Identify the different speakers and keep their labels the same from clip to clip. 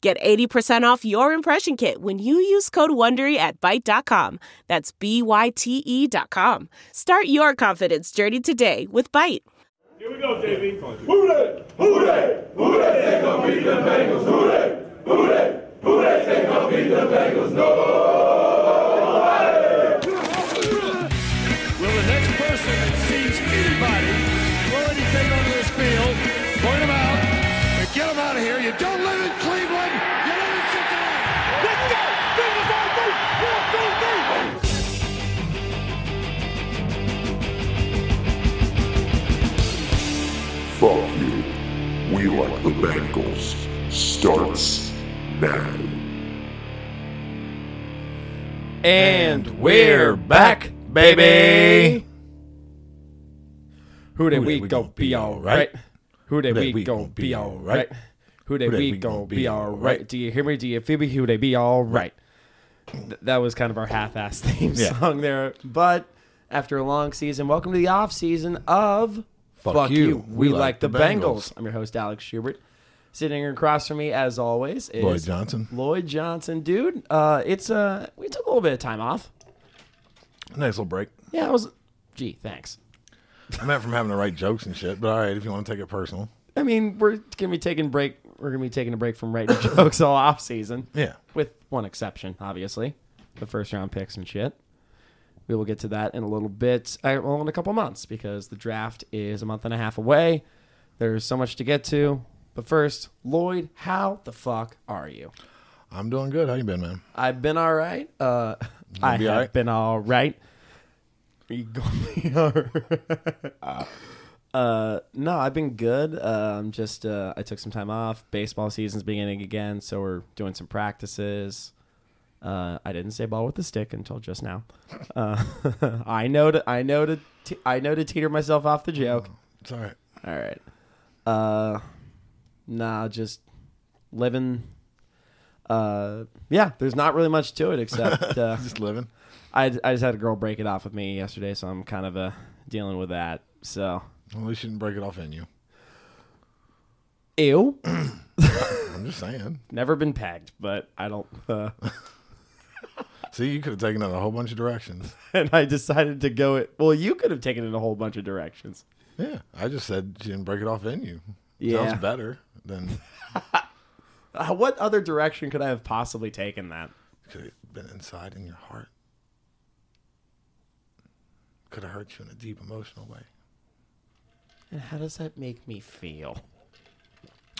Speaker 1: Get 80% off your impression kit when you use code WONDERY at Byte.com. That's B-Y-T-E E dot com. Start your confidence journey today with Byte.
Speaker 2: Here we go, JV. Who they? Who they? Who they think gonna beat the Bengals? Who they? Who they? Who they think gonna beat the Bengals? No.
Speaker 3: Will the next person that sees anybody throw anything onto this field, point them out, and get them out of here? You don't live in Cleveland. You live in Cincinnati. Let's go. Bengals on three. One, two, three.
Speaker 4: Fuck you. We like the Bengals. Starts now.
Speaker 5: And we're back, baby. Who that we gon' be all right? Who that we gon' be all right? Who that we gon' be all right? Do you hear me? Do you feel me? Who they be all right? Th- That was kind of our half-ass theme
Speaker 6: Yeah.
Speaker 5: song there, but after a long season, welcome to the off season of Fuck, you. We, like, the Bengals. I'm your host Alex Schubert. Sitting here across from me, as always, is
Speaker 6: Lloyd Johnson.
Speaker 5: Lloyd Johnson, dude. Uh, it's uh, we took a little bit of time off.
Speaker 6: Nice little break.
Speaker 5: Yeah, it was. Gee, thanks.
Speaker 6: I'm not from having to write jokes and shit, but all right, if you want to take it personal.
Speaker 5: I mean, we're gonna be taking break. We're gonna be taking a break from writing jokes all off season.
Speaker 6: Yeah.
Speaker 5: with one exception, obviously, the first round picks and shit. We will get to that in a little bit. I, well, in a couple months because the draft is a month and a half away. There's so much to get to. But first, Lloyd, how the fuck are you?
Speaker 6: I'm doing good. How you been, man?
Speaker 5: I've been all right. Uh, I
Speaker 6: be
Speaker 5: have
Speaker 6: all right?
Speaker 5: been all right. Are you gonna be all right? Uh, no, I've been good. Uh, I'm just uh, I took some time off. Baseball season's beginning again, so we're doing some practices. Uh, I didn't say ball with the stick until just now. Uh, I know to I know to te- I know to teeter myself off the joke.
Speaker 6: It's all right.
Speaker 5: All right. Uh, nah, just living. Uh, yeah, there's not really much to it except uh,
Speaker 6: Just living.
Speaker 5: I I just had a girl break it off with me yesterday, so I'm kind of uh, dealing with that. So
Speaker 6: Well, at least you didn't break it off in you.
Speaker 5: ew,
Speaker 6: I'm just saying.
Speaker 5: never been pegged, but I don't. Uh,
Speaker 6: See, you could have taken it in a whole bunch of directions.
Speaker 5: and I decided to go it. Well, you could have taken it in a whole bunch of directions.
Speaker 6: Yeah. I just said you didn't break it off in you.
Speaker 5: Yeah.
Speaker 6: Sounds better than
Speaker 5: Uh, what other direction could I have possibly taken that?
Speaker 6: could have been inside in your heart. Could have hurt you in a deep emotional way.
Speaker 5: And how does that make me feel?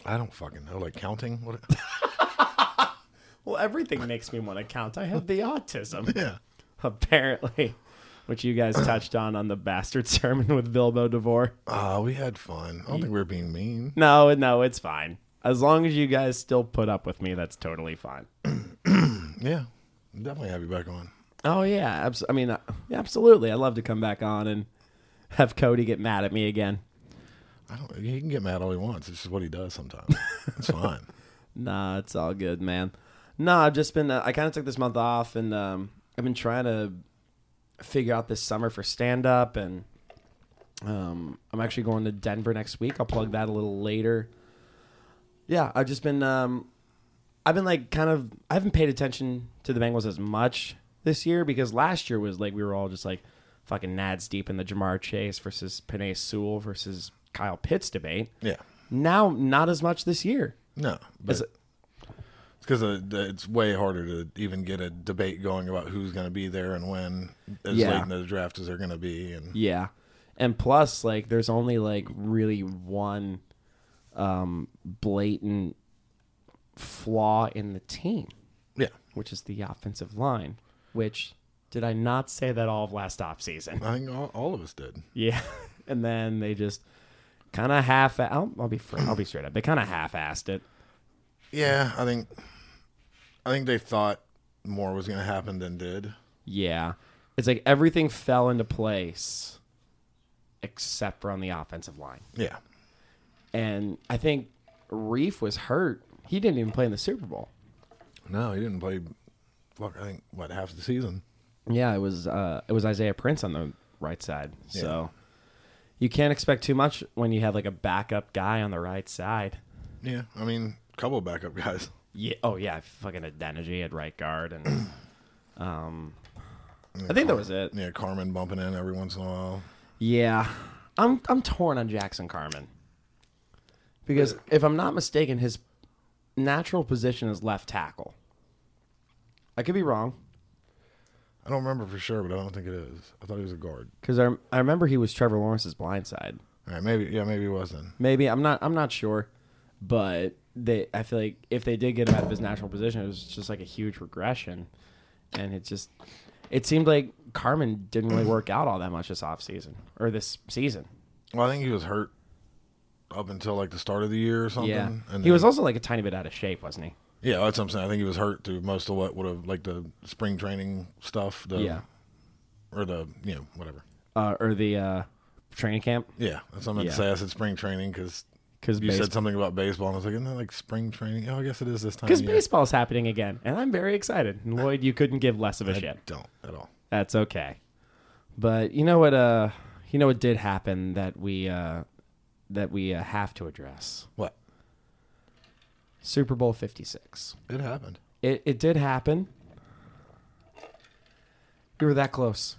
Speaker 6: I don't fucking know. Like counting? What?
Speaker 5: Well, everything makes me want to count. I have the autism.
Speaker 6: Yeah.
Speaker 5: apparently, which you guys touched on on the bastard sermon with Bilbo DeVore.
Speaker 6: Ah, we had fun. I don't think we were being mean.
Speaker 5: No, no, it's fine. As long as you guys still put up with me, that's totally fine.
Speaker 6: Yeah. Definitely have you back on.
Speaker 5: Oh yeah, abs- I mean, uh, yeah, absolutely. I'd love to come back on and have Cody get mad at me again.
Speaker 6: I don't. He can get mad all he wants. It's just what he does sometimes. It's fine.
Speaker 5: Nah, it's all good, man. Nah, I've just been. Uh, I kind of took this month off, and um, I've been trying to figure out this summer for stand up, and um, I'm actually going to Denver next week. I'll plug that a little later. Yeah, I've just been. Um, I've been like kind of. I haven't paid attention to the Bengals as much this year because last year was like we were all just like fucking nads deep in the Jamar Chase versus Panay Sewell versus Kyle Pitts debate.
Speaker 6: Yeah.
Speaker 5: Now, not as much this year.
Speaker 6: No. But
Speaker 5: As-
Speaker 6: it's because it's way harder to even get a debate going about who's going to be there and when, as
Speaker 5: Yeah.
Speaker 6: late in the draft as they're going to be. And
Speaker 5: Yeah. And plus, like, there's only like really one um, blatant flaw in the team,
Speaker 6: yeah,
Speaker 5: which is the offensive line. Which did I not say that all of last offseason?
Speaker 6: I think all, all of us did.
Speaker 5: Yeah. and then they just kind of half. I'll, I'll be fr- I'll be straight up. They kind of half-assed it.
Speaker 6: Yeah, I think. I think they thought more was going to happen than did.
Speaker 5: Yeah. It's like everything fell into place except for on the offensive line.
Speaker 6: Yeah.
Speaker 5: And I think Reef was hurt. He didn't even play in the Super Bowl.
Speaker 6: No, he didn't play. Fuck, I think what half the season.
Speaker 5: Yeah, it was uh, it was Isaiah Prince on the right side. So you can't expect too much when you have like a backup guy on the right side.
Speaker 6: Yeah, I mean, couple backup guys.
Speaker 5: Yeah. Oh yeah, fucking Adeniji at right guard and um I think that was it.
Speaker 6: Yeah, Carmen bumping in every once in a while.
Speaker 5: Yeah. I'm I'm torn on Jackson Carmen. Because if I'm not mistaken, his natural position is left tackle. I could be wrong
Speaker 6: I don't remember for sure, but I don't think it is. I thought he was a guard.
Speaker 5: because I, I remember he was Trevor Lawrence's blind side.
Speaker 6: All right, maybe yeah, maybe he wasn't.
Speaker 5: Maybe I'm not I'm not sure, but they I feel like if they did get him out of his natural position, it was just like a huge regression, and it just it seemed like Carmen didn't really work out all that much this offseason or this season.
Speaker 6: Well, I think he was hurt up until like the start of the year or something.
Speaker 5: Yeah,
Speaker 6: and
Speaker 5: he was
Speaker 6: then-
Speaker 5: also like a tiny bit out of shape, wasn't he?
Speaker 6: yeah, that's what I'm saying. I think he was hurt through most of what would have like the spring training stuff. The,
Speaker 5: Yeah,
Speaker 6: or the you know whatever.
Speaker 5: uh, or the uh, training camp.
Speaker 6: Yeah, that's what I meant
Speaker 5: Yeah.
Speaker 6: to say. I said spring training because
Speaker 5: 'Cause
Speaker 6: you
Speaker 5: base-
Speaker 6: said something about baseball, and I was like, isn't that like spring training? Oh, I guess it is this time.
Speaker 5: Because
Speaker 6: of year.
Speaker 5: baseball's happening again, and I'm very excited. And Lloyd, you couldn't give less of a shit.
Speaker 6: don't at all.
Speaker 5: That's okay. But you know what? Uh, you know what did happen that we uh, that we uh, have to address.
Speaker 6: What?
Speaker 5: Super Bowl Fifty Six.
Speaker 6: It happened.
Speaker 5: It it did happen. We were that close.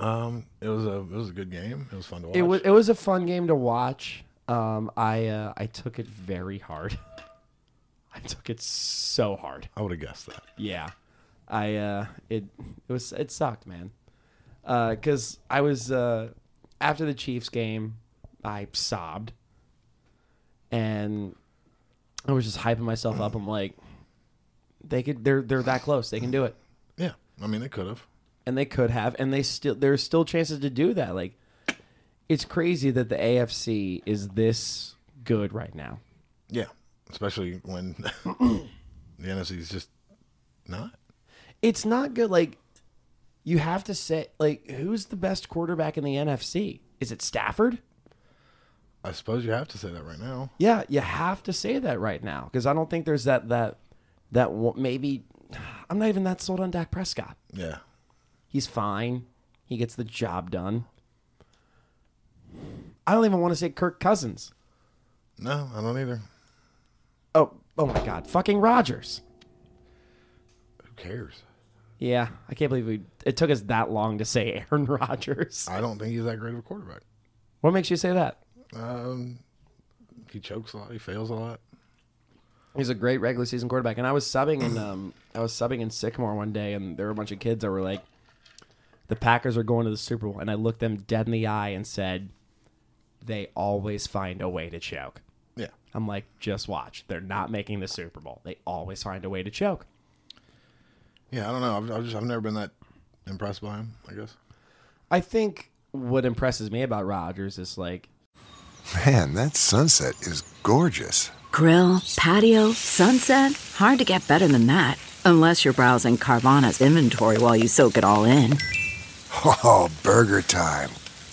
Speaker 6: Um, it was a it was a good game. It was fun to watch.
Speaker 5: It was it was a fun game to watch. Um, I uh, I took it very hard. I took it so hard.
Speaker 6: I would have guessed that.
Speaker 5: Yeah, I uh, it it was it sucked, man. Because I was uh, after the Chiefs game, I sobbed, and I was just hyping myself up. I'm like, they could, they're they're that close, they can do it,
Speaker 6: Yeah, I mean, they could have.
Speaker 5: and they could have, and they still there's still chances to do that. Like, it's crazy that the AFC is this good right now.
Speaker 6: Yeah, especially when the NFC is just not.
Speaker 5: it's not good. Like you have to say, like who's the best quarterback in the NFC? Is it Stafford?
Speaker 6: I suppose you have to say that right now.
Speaker 5: Yeah, you have to say that right now because I don't think there's that that that one, maybe I'm not even that sold on Dak Prescott.
Speaker 6: Yeah,
Speaker 5: He's fine. He gets the job done. I don't even want to say Kirk Cousins.
Speaker 6: no, I don't either.
Speaker 5: Oh, oh my God, fucking Rogers.
Speaker 6: Who cares?
Speaker 5: Yeah, I can't believe we. It took us that long to say Aaron Rodgers.
Speaker 6: I don't think he's that great of a quarterback.
Speaker 5: What makes you say that?
Speaker 6: Um, he chokes a lot. He fails a lot.
Speaker 5: He's a great regular season quarterback. And I was subbing in um I was subbing in Sycamore one day and there were a bunch of kids that were like the Packers are going to the Super Bowl and I looked them dead in the eye and said they always find a way to choke.
Speaker 6: Yeah,
Speaker 5: I'm like, just watch. They're not making the Super Bowl. They always find a way to choke.
Speaker 6: yeah. I don't know. I've, I've just I've never been that impressed by him. I guess.
Speaker 5: I think what impresses me about Rodgers is like
Speaker 7: Man, that sunset is gorgeous.
Speaker 8: Grill, patio, sunset. Hard to get better than that. Unless you're browsing Carvana's inventory while you soak it all in.
Speaker 7: Oh, burger time.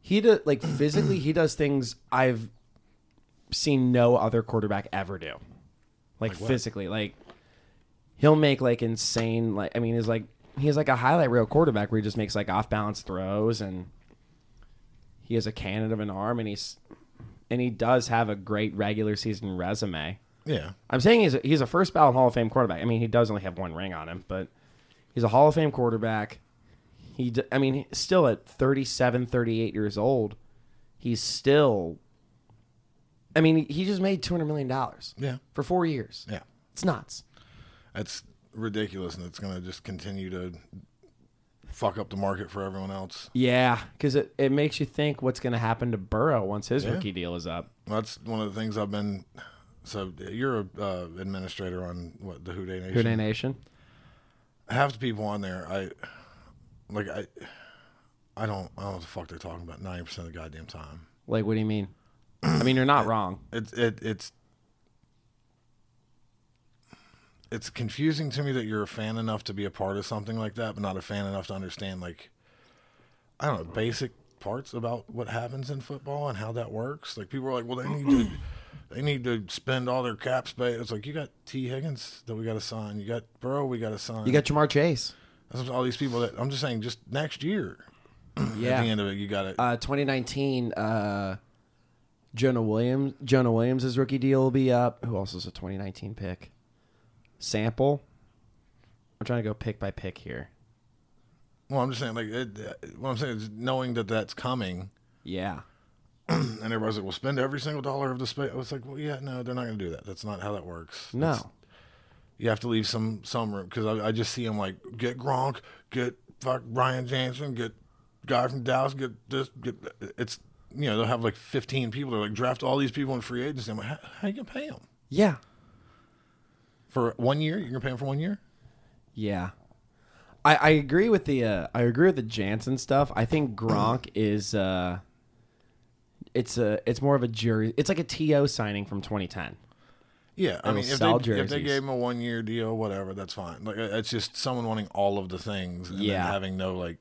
Speaker 5: he does like physically he does things I've seen no other quarterback ever do. Like, physically, like he'll make like insane like I mean he's like he's like a highlight reel quarterback where he just makes like off balance throws and he has a cannon of an arm and he's and he does have a great regular season resume.
Speaker 6: Yeah.
Speaker 5: I'm saying he's a, he's a first ballot Hall of Fame quarterback. I mean, he does only have one ring on him, but he's a Hall of Fame quarterback. He, d- I mean, still at 37, 38 years old, he's still. I mean, he just made two hundred million dollars.
Speaker 6: Yeah.
Speaker 5: for four years.
Speaker 6: Yeah.
Speaker 5: it's nuts.
Speaker 6: That's ridiculous, and it's going to just continue to fuck up the market for everyone else.
Speaker 5: Yeah, because it, it makes you think what's going to happen to Burrow once his
Speaker 6: Yeah.
Speaker 5: rookie deal is up.
Speaker 6: That's one of the things I've been. So you're a uh, administrator on what the Houday Nation.
Speaker 5: Houday Nation.
Speaker 6: Half the people on there, I like. I I don't I don't know what the fuck they're talking about ninety percent of the goddamn time.
Speaker 5: Like, what do you mean? I mean, you're not wrong.
Speaker 6: It's it it's it's confusing to me that you're a fan enough to be a part of something like that, but not a fan enough to understand like I don't know basic parts about what happens in football and how that works. Like people are like, well, they need to they need to spend all their cap space. It's like you got T Higgins that we got to sign, you got Burrow we got to sign.
Speaker 5: You got Jamar Chase.
Speaker 6: That's all these people that I'm just saying. Just next year,
Speaker 5: Yeah.
Speaker 6: at the end of it, you got to
Speaker 5: uh, 2019, uh, Jonah Williams. Jonah Williams' rookie deal will be up. Who else is a 2019 pick? Sample. I'm trying to go pick by pick here.
Speaker 6: Well, I'm just saying, like, it, uh, what I'm saying is knowing that that's coming,
Speaker 5: Yeah.
Speaker 6: and everybody's like, "Well, spend every single dollar of the space." I was like, "Well, yeah, no, they're not going to do that. That's not how that works.
Speaker 5: No.
Speaker 6: That's- you have to leave some some room because I, I just see them like get Gronk, get fuck Ryan Jansen, get guy from Dallas, get this, get that." it's you know they'll have like 15 people. They're like draft all these people in free agency. I'm like, how, how you gonna pay them
Speaker 5: Yeah.
Speaker 6: for one year? You're gonna pay them for one year?
Speaker 5: Yeah. I, I agree with the uh, I agree with the Jansen stuff. I think Gronk is uh, it's a it's more of a jury. It's like a TO signing from 2010.
Speaker 6: Yeah, I
Speaker 5: It'll
Speaker 6: mean, if
Speaker 5: sell
Speaker 6: they, if they
Speaker 5: jerseys.
Speaker 6: gave him a one year deal, whatever, that's fine. Like, uh, it's just someone wanting all of the things and
Speaker 5: Yeah.
Speaker 6: then having no like.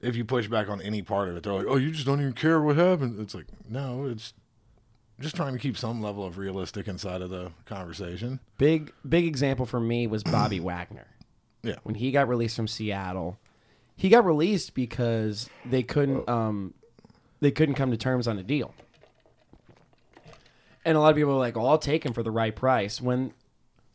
Speaker 6: If you push back on any part of it, they're like, "Oh, you just don't even care what happened." It's like, no, it's just trying to keep some level of realistic inside of the conversation.
Speaker 5: Big big example for me was Bobby Wagner.
Speaker 6: Yeah,
Speaker 5: When he got released from Seattle, he got released because they couldn't um they couldn't come to terms on a deal. And a lot of people are like, "Well, I'll take him for the right price." When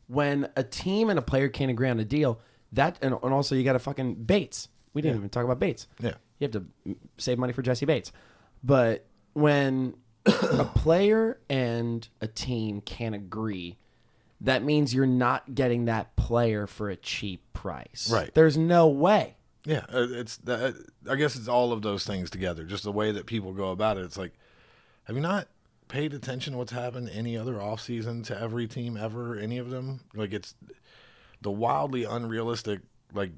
Speaker 5: when a team and a player can't agree on a deal, that and, and also you got to fucking Bates. We didn't even talk about Bates.
Speaker 6: Yeah.
Speaker 5: you have to mm, save money for Jesse Bates. But when a player and a team can't agree, that means you're not getting that player for a cheap price.
Speaker 6: Right.
Speaker 5: There's no way.
Speaker 6: yeah. uh, It's uh, I guess it's all of those things together. Just the way that people go about it. It's like, have you not paid attention to what's happened any other offseason to every team ever? Any of them? Like it's the wildly unrealistic like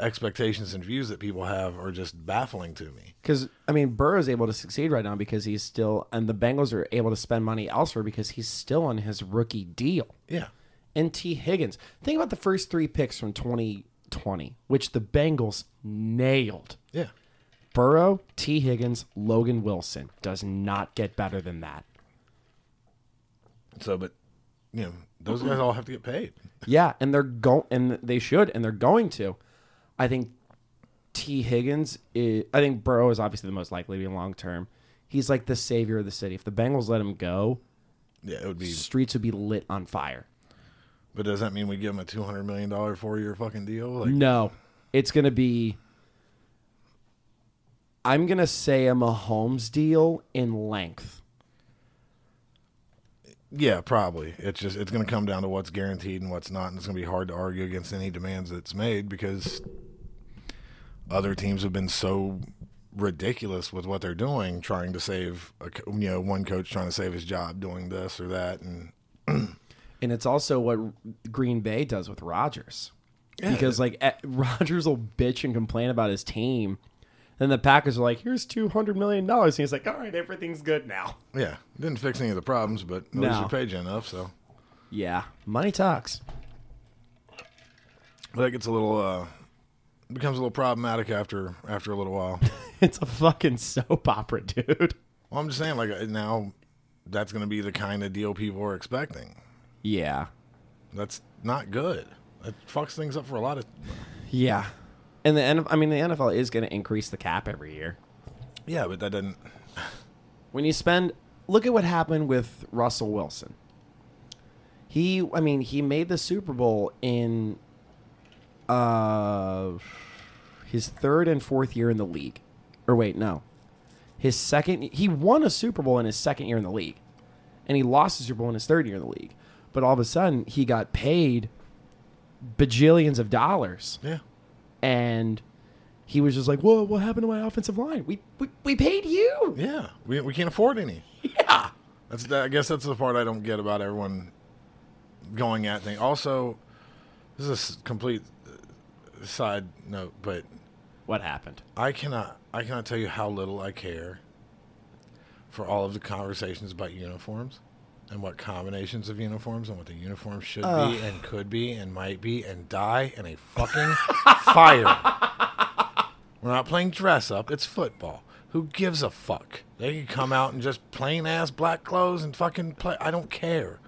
Speaker 6: expectations and views that people have are just baffling to me.
Speaker 5: Because I mean, Burrow's able to succeed right now because he's still, and the Bengals are able to spend money elsewhere because he's still on his rookie deal.
Speaker 6: Yeah.
Speaker 5: And T. Higgins. Think about the first three picks from 2020, which the Bengals nailed.
Speaker 6: Yeah.
Speaker 5: Burrow, T. Higgins, Logan Wilson does not get better than that.
Speaker 6: So but you know, those guys all have to get paid.
Speaker 5: Yeah, and they're going, and they should, and they're going to. I think T. Higgins. Is, I think Burrow is obviously the most likely to be long term. He's like the savior of the city. If the Bengals let him go,
Speaker 6: Yeah, it would be
Speaker 5: streets would be lit on fire.
Speaker 6: but does that mean we give them a two hundred million dollar four year fucking deal? Like
Speaker 5: No, it's gonna be. I'm gonna say a Mahomes deal in length.
Speaker 6: Yeah, probably. It's just it's going to come down to what's guaranteed and what's not, and it's going to be hard to argue against any demands that's made because other teams have been so ridiculous with what they're doing, trying to save a, co- you know one coach trying to save his job doing this or that, and
Speaker 5: And it's also what Green Bay does with Rodgers. Because like eh, Rodgers will bitch and complain about his team. Then the Packers are like, here's two hundred million dollars. And he's like, All right, everything's good now.
Speaker 6: yeah, didn't fix any of the problems, but at least
Speaker 5: No.
Speaker 6: you paid you enough. So
Speaker 5: Yeah. Money talks.
Speaker 6: but that gets a little uh, becomes a little problematic after after a little while.
Speaker 5: It's a fucking soap opera, dude.
Speaker 6: well, I'm just saying, like uh, now that's going to be the kind of deal people are expecting.
Speaker 5: Yeah.
Speaker 6: That's not good. That fucks things up for a lot of
Speaker 5: Yeah. And the NFL, I mean the NFL is gonna increase the cap every year.
Speaker 6: Yeah, but that doesn't.
Speaker 5: When you spend look at what happened with Russell Wilson. He, I mean, he made the Super Bowl in uh, his third and fourth year in the league. Or wait, no, his second. He won a Super Bowl in his second year in the league, and he lost the Super Bowl in his third year in the league. But all of a sudden, he got paid bajillions of dollars
Speaker 6: Yeah.
Speaker 5: and he was just like, "Whoa, what happened to my offensive line? We we, we paid you."
Speaker 6: Yeah. We, we can't afford any. Yeah. That's that, I guess that's the part I don't get about everyone going at thing. Also, this is a s- complete uh, side note, but
Speaker 5: What happened?
Speaker 6: I cannot I cannot tell you how little I care for all of the conversations about uniforms and what combinations of uniforms and what the uniform should be and could be and might be and die in a fucking fire. We're not playing dress up, it's football. Who gives a fuck? They can come out in just plain ass black clothes and fucking play. I don't care.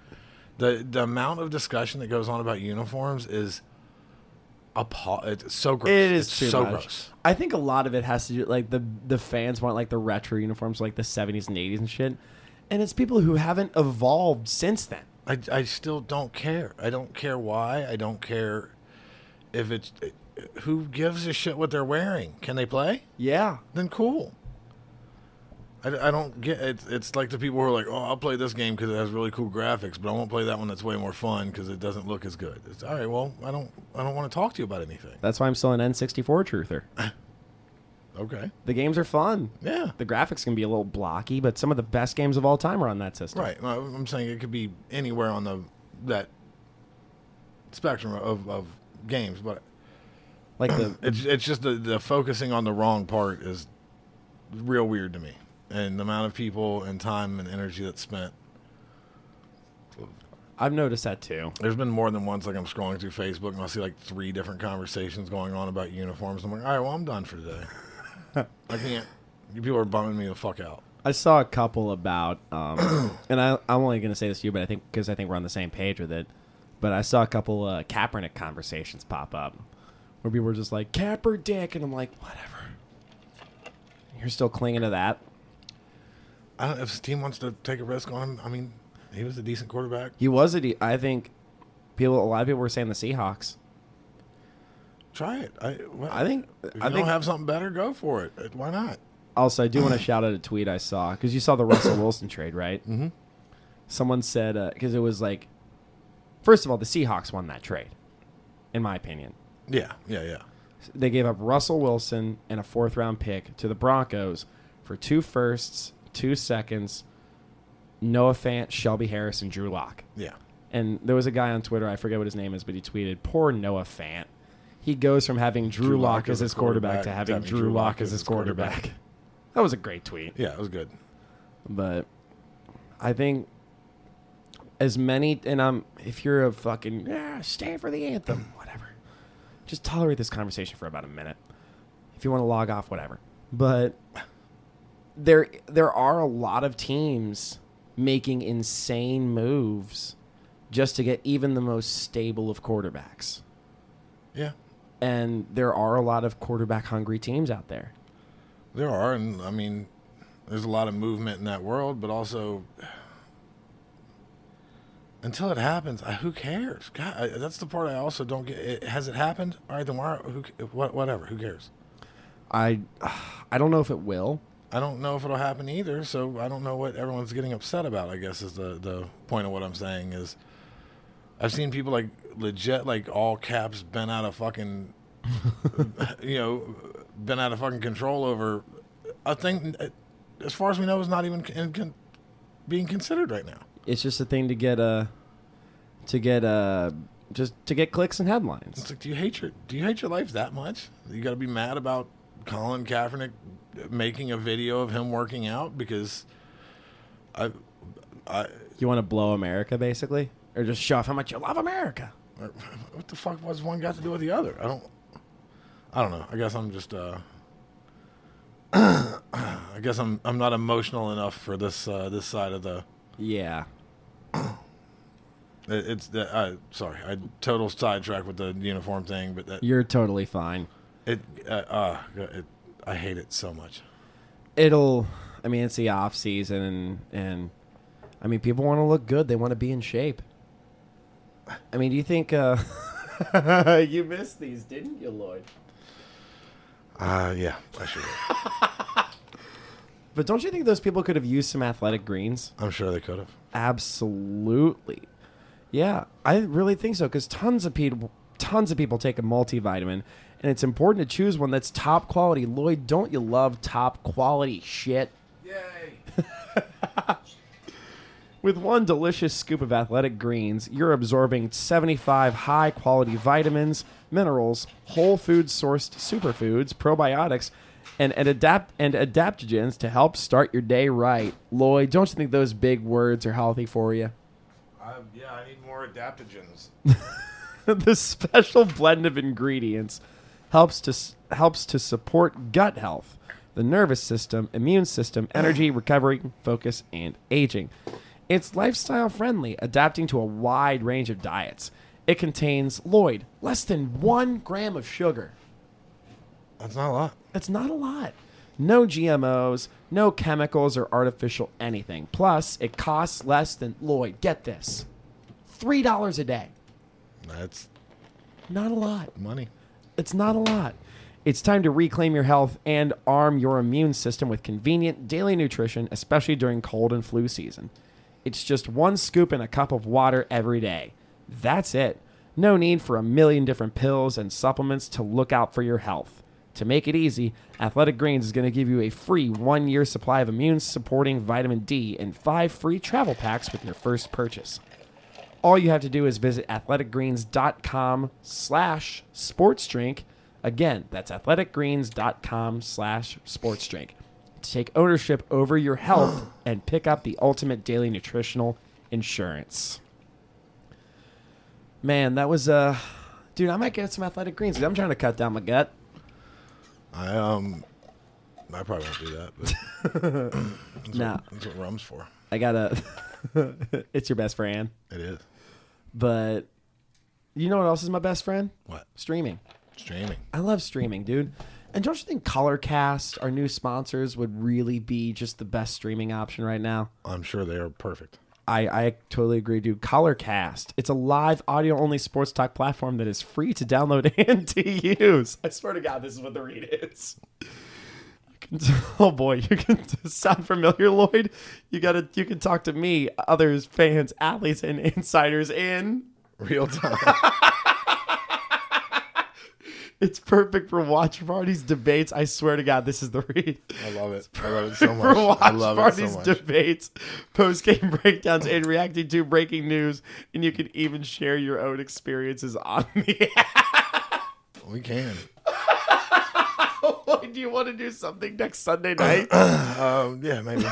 Speaker 6: The the amount of discussion that goes on about uniforms is appa- it's so gross.
Speaker 5: It is
Speaker 6: It's
Speaker 5: too
Speaker 6: so
Speaker 5: much.
Speaker 6: gross.
Speaker 5: I think a lot of it has to do like the the fans want like the retro uniforms, like the '70s and '80s and shit, and it's people who haven't evolved since then.
Speaker 6: I, I still don't care. I don't care why. I don't care if it's who gives a shit what they're wearing. Can they play?
Speaker 5: Yeah,
Speaker 6: Then cool. I, I don't get it. It's like the people who are like, oh, I'll play this game because it has really cool graphics, but I won't play that one that's way more fun because it doesn't look as good. It's all right. Well, I don't I don't want to talk to you about anything.
Speaker 5: that's why I'm still an N64 truther.
Speaker 6: Okay.
Speaker 5: The games are fun.
Speaker 6: Yeah.
Speaker 5: The graphics can be a little blocky, but some of the best games of all time are on that system.
Speaker 6: Right. Well, I'm saying it could be anywhere on the that spectrum of, of games, but
Speaker 5: Like the
Speaker 6: It's it's just the, the focusing on the wrong part is real weird to me, and the amount of people and time and energy that's spent.
Speaker 5: I've noticed that too.
Speaker 6: There's been more than once like I'm scrolling through Facebook and I'll see like three different conversations going on about uniforms. I'm like, all right, well I'm done for today. I can't. You people are bumming me the fuck out.
Speaker 5: I saw a couple about, um, and I, I'm only going to say this to you, but I think because I think we're on the same page with it. But I saw a couple uh, Kaepernick conversations pop up where people were just like Kaepernick, dick," and I'm like, whatever. You're still clinging to that.
Speaker 6: I don't if his team wants to take a risk on him. I mean, he was a decent quarterback.
Speaker 5: He was a. De- I think people, a lot of people were saying the Seahawks.
Speaker 6: Try it. I well,
Speaker 5: I think-
Speaker 6: if you
Speaker 5: I
Speaker 6: don't
Speaker 5: think-
Speaker 6: have something better, go for it. Uh, Why not?
Speaker 5: Also, I do want to shout out a tweet I saw because you saw the Russell Wilson trade, right? Mm-hmm. Someone said because it was like, first of all, the Seahawks won that trade, in my opinion.
Speaker 6: Yeah, yeah, yeah.
Speaker 5: they gave up Russell Wilson and a fourth round pick to the Broncos for two firsts, two seconds, Noah Fant, Shelby Harris, and Drew Lock.
Speaker 6: Yeah.
Speaker 5: And there was a guy on Twitter, I forget what his name is, but he tweeted, Poor Noah Fant. He goes from having Drew,
Speaker 6: Drew
Speaker 5: Lock
Speaker 6: Lock
Speaker 5: as his quarterback, to having Drew, Lock as his quarterback. That was a great tweet.
Speaker 6: Yeah, it was good.
Speaker 5: But I think as many and I'm if you're a fucking yeah, stand for the anthem, whatever. Just tolerate this conversation for about a minute. If you want to log off, whatever. But there there are a lot of teams making insane moves just to get even the most stable of quarterbacks.
Speaker 6: Yeah,
Speaker 5: And there are a lot of quarterback hungry teams out there.
Speaker 6: there are, and I mean, there's a lot of movement in that world, but also until it happens, I, who cares? God, I, that's the part I also don't get. It, has it happened? All right, then why? are- Who? ca- What? Whatever. Who cares?
Speaker 5: I I don't know if it will.
Speaker 6: I don't know if it'll happen either, so I don't know what everyone's getting upset about. I guess is the the point of what I'm saying is, I've seen people like legit like all caps bent out of fucking, you know, bent out of fucking control over a thing. uh, As far as we know, is not even in, con, being considered right now.
Speaker 5: It's just a thing to get uh to get uh just to get clicks and
Speaker 6: It's
Speaker 5: headlines.
Speaker 6: like, do you hate your do you hate your life that much? You got to be mad about Colin Kaepernick making a video of him working out because I
Speaker 5: You want to blow America basically, or just show off how much you love America.
Speaker 6: Or, what the fuck was one got to do with the other? I don't. I don't know. I guess I'm just. uh I guess I'm. I'm not emotional enough for this. uh This side of the.
Speaker 5: Yeah,
Speaker 6: it- It's. The, uh, sorry, I total sidetrack with the uniform thing, but that, ah,
Speaker 5: you're totally fine.
Speaker 6: it. Uh, uh, it. I hate it so much.
Speaker 5: It'll. I I mean, it's the off season, and, and I mean, people want to look good. They want to be in shape. I mean, do you think uh, you missed these, didn't you, Lloyd?
Speaker 6: Uh, yeah, I should. have.
Speaker 5: But don't you think those people could have used some athletic greens?
Speaker 6: I'm sure they could have.
Speaker 5: Absolutely. Yeah, I really think so because tons of people, tons of people take a multivitamin, and it's important to choose one that's top quality. Lloyd, don't you love top quality shit? Yay! With one delicious scoop of athletic greens, you're absorbing 75 high quality vitamins, minerals, whole food sourced superfoods, probiotics, and, and adapt and adaptogens to help start your day right. Lloyd, don't you think those big words are healthy for you?
Speaker 6: yeah, I need more adaptogens.
Speaker 5: this special blend of ingredients helps to helps to support gut health, the nervous system, immune system, energy, recovery, focus, and aging. It's lifestyle friendly, adapting to a wide range of diets. It contains Lloyd less than one gram of sugar.
Speaker 6: That's not a lot.
Speaker 5: That's not a lot. No GMOs, no chemicals or artificial anything. Plus, it costs less than Lloyd. Get this, three dollars a day.
Speaker 6: That's
Speaker 5: Not a lot.
Speaker 6: money.
Speaker 5: It's not a lot. It's time to reclaim your health and arm your immune system with convenient daily nutrition, especially during cold and flu season. It's just one scoop and a cup of water every day. That's it. No need for a million different pills and supplements to look out for your health. To make it easy, Athletic Greens is going to give you a free one year supply of immune supporting vitamin D and five free travel packs with your first purchase. All you have to do is visit athleticgreens.com slash sports drink. Again, that's athleticgreens.com slash sports drink to take ownership over your health and pick up the ultimate daily nutritional insurance. Man, that was uh dude, I might get some athletic greens. dude. I'm trying to cut down my gut.
Speaker 6: I um, I probably won't do that. But
Speaker 5: No.
Speaker 6: that's what rum's for.
Speaker 5: I gotta it's your best friend.
Speaker 6: It is.
Speaker 5: But you know what else is my best friend?
Speaker 6: What?
Speaker 5: Streaming.
Speaker 6: Streaming.
Speaker 5: I love streaming, dude. And don't you think Colorcast, our new sponsors, would really be just the best streaming option right now?
Speaker 6: I'm sure they are perfect.
Speaker 5: I, I totally agree, dude. Colorcast. It's a live audio only sports talk platform that is free to download and to use. I swear to God, this is what the read is. You can, oh boy, you can sound familiar, Lloyd. You gotta you can talk to me, others, fans, athletes, and insiders in
Speaker 6: Real time.
Speaker 5: It's perfect for watch parties, debates. I swear to God, this is the read.
Speaker 6: I love it. I love it so
Speaker 5: for
Speaker 6: much.
Speaker 5: watch
Speaker 6: I love it
Speaker 5: parties,
Speaker 6: so much.
Speaker 5: debates, post game breakdowns, and reacting to breaking news. And you can even share your own experiences on the app.
Speaker 6: we can.
Speaker 5: do you want to do something next Sunday night?
Speaker 6: Um, yeah, maybe.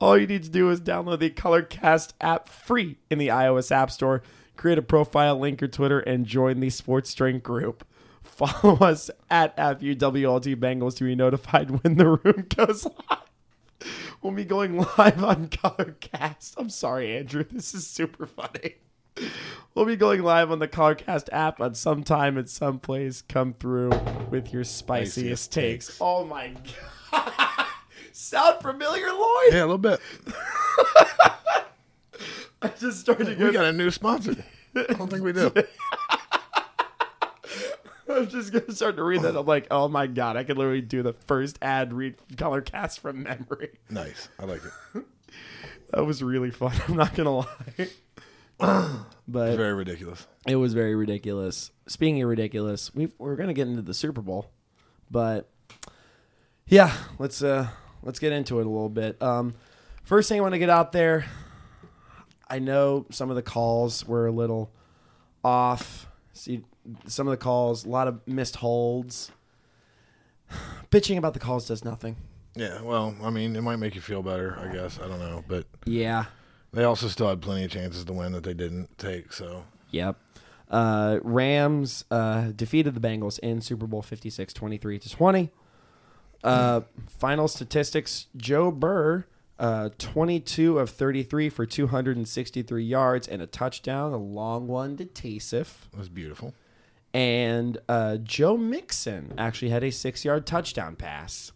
Speaker 5: All you need to do is download the Colorcast app free in the iOS App Store, create a profile, link your Twitter, and join the Sports Drink group. Follow us at FUWLT Bengals to be notified when the room goes live. We'll be going live on Colorcast. I'm sorry, Andrew. This is super funny. We'll be going live on the Colorcast app on some time at some place. Come through with your spiciest
Speaker 6: Spiciest
Speaker 5: takes.
Speaker 6: takes.
Speaker 5: Oh my god. Sound familiar, Lloyd?
Speaker 6: yeah, a little bit.
Speaker 5: I just started to
Speaker 6: We
Speaker 5: go
Speaker 6: got a new sponsor. I don't think we do.
Speaker 5: I'm just gonna start to read that. I'm like, oh my god, I could literally do the first ad read color cast from memory.
Speaker 6: Nice. I like it.
Speaker 5: That was really fun. I'm not gonna lie, but
Speaker 6: Very ridiculous.
Speaker 5: it was very ridiculous. Speaking of ridiculous, we we're gonna get into the Super Bowl, but yeah, let's uh let's get into it a little bit. Um, first thing I want to get out there. I know some of the calls were a little off. See some of the calls, a lot of missed holds. Bitching about the calls does nothing.
Speaker 6: Yeah. Well, I mean, it might make you feel better. I guess. I don't know, but
Speaker 5: Yeah.
Speaker 6: they also still had plenty of chances to win that they didn't take. So
Speaker 5: Yep. Uh, Rams uh, defeated the Bengals in Super Bowl 56, 23 to 20. Uh, final statistics Joe Burr, uh, 22 of 33 for 263 yards and a touchdown, a long one to Tasif.
Speaker 6: it was beautiful.
Speaker 5: And uh, Joe Mixon actually had a six yard touchdown pass.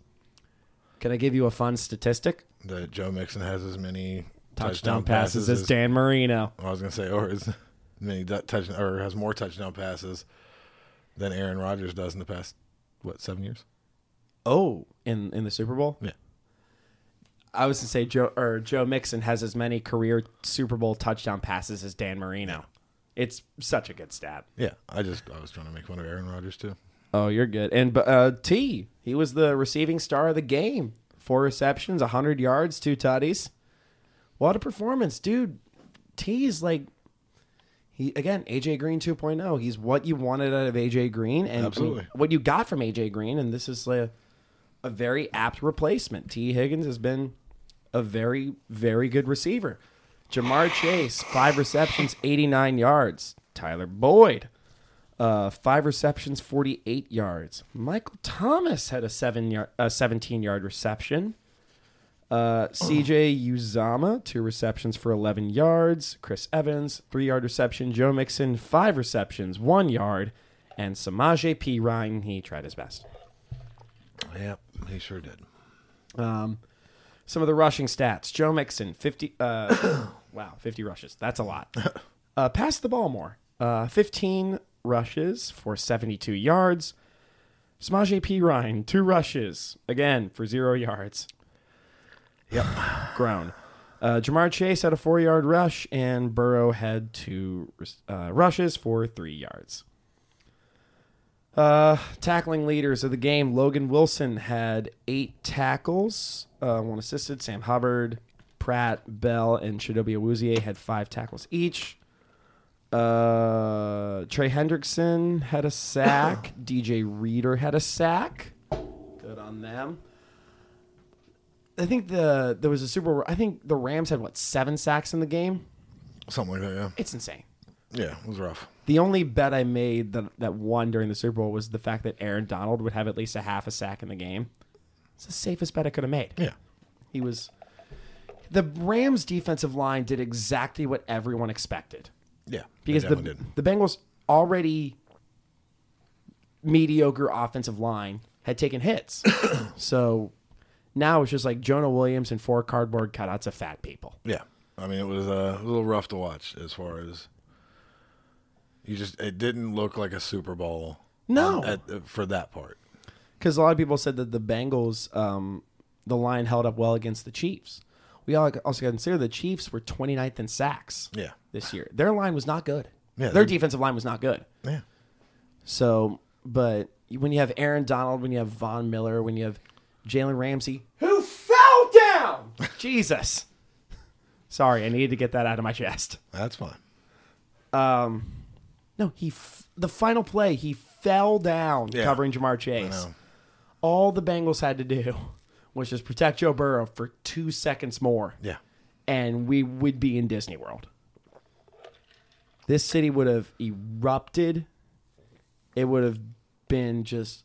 Speaker 5: Can I give you a fun statistic?
Speaker 6: That Joe Mixon has as many
Speaker 5: Touchdown, passes, as Dan Marino.
Speaker 6: I was gonna say, or as many du- touch or has more touchdown passes than Aaron Rodgers does in the past what seven years?
Speaker 5: Oh, in in the Super Bowl.
Speaker 6: Yeah.
Speaker 5: I was gonna say Joe or Joe Mixon has as many career Super Bowl touchdown passes as Dan Marino. It's such a good stat.
Speaker 6: Yeah, I just I was trying to make fun of Aaron Rodgers too.
Speaker 5: Oh, you're good. And but, uh, T, he was the receiving star of the game. Four receptions, 100 yards, two tutties. What a performance, dude. T's like he again, AJ Green 2.0. He's what you wanted out of AJ Green and I mean,
Speaker 6: Absolutely.
Speaker 5: what you got from AJ Green and this is like a very apt replacement. T Higgins has been a very very good receiver. Jamar Chase, 5 receptions, 89 yards. Tyler Boyd, uh, five receptions, 48 yards. Michael Thomas had a seven yard, a 17 yard reception. Uh, CJ Uzama, two receptions for 11 yards. Chris Evans, three yard reception. Joe Mixon, five receptions, one yard. And Samaje P. Ryan, he tried his best.
Speaker 6: Yep, he sure did.
Speaker 5: Some of the rushing stats Joe Mixon, 50. Uh, wow, 50 rushes. That's a lot. Uh, pass the ball more. Uh, 15 rushes for 72 yards. Samaje P. Ryan, two rushes, again, for zero yards. Yep, grown. Uh, Jamar Chase had a four yard rush, and Burrow had two uh, rushes for three yards. Uh, tackling leaders of the game, Logan Wilson had eight tackles, uh, one assisted. Sam Hubbard, Pratt, Bell, and Chidobe Awuzie had five tackles each. Uh, Trey Hendrickson had a sack. DJ Reader had a sack. Good on them. I think the there was a Super Bowl. I think the Rams had what seven sacks in the game.
Speaker 6: Something like that. Yeah,
Speaker 5: It's insane.
Speaker 6: yeah, it was rough.
Speaker 5: The only bet I made that that won during the Super Bowl was the fact that Aaron Donald would have at least a half a sack in the game. It's the safest bet I could have made.
Speaker 6: Yeah,
Speaker 5: He was the Rams defensive line did exactly what everyone expected
Speaker 6: yeah, they
Speaker 5: because the,
Speaker 6: definitely did.
Speaker 5: the Bengals already mediocre offensive line had taken hits. so now it's just like Jonah Williams and four cardboard cutouts of fat people.
Speaker 6: Yeah, I mean it was uh, a little rough to watch as far as you just it didn't look like a Super Bowl.
Speaker 5: No.
Speaker 6: at, for that part.
Speaker 5: because a lot of people said that the Bengals, um, the line held up well against the Chiefs. We all also got to consider the Chiefs were 29th in sacks.
Speaker 6: Yeah.
Speaker 5: this year their line was not good.
Speaker 6: Yeah,
Speaker 5: their
Speaker 6: they're-
Speaker 5: defensive line was not good.
Speaker 6: Yeah,
Speaker 5: So, but when you have Aaron Donald, when you have Von Miller, when you have Jalen Ramsey, who fell down, Jesus. Sorry, I needed to get that out of my chest.
Speaker 6: that's fine.
Speaker 5: No, he f- the final play he fell down
Speaker 6: Yeah.
Speaker 5: covering Jamar Chase.
Speaker 6: know.
Speaker 5: All the Bengals had to do was just protect Joe Burrow for two seconds more,
Speaker 6: Yeah,
Speaker 5: and we would be in Disney World. This city would have erupted. It would have been just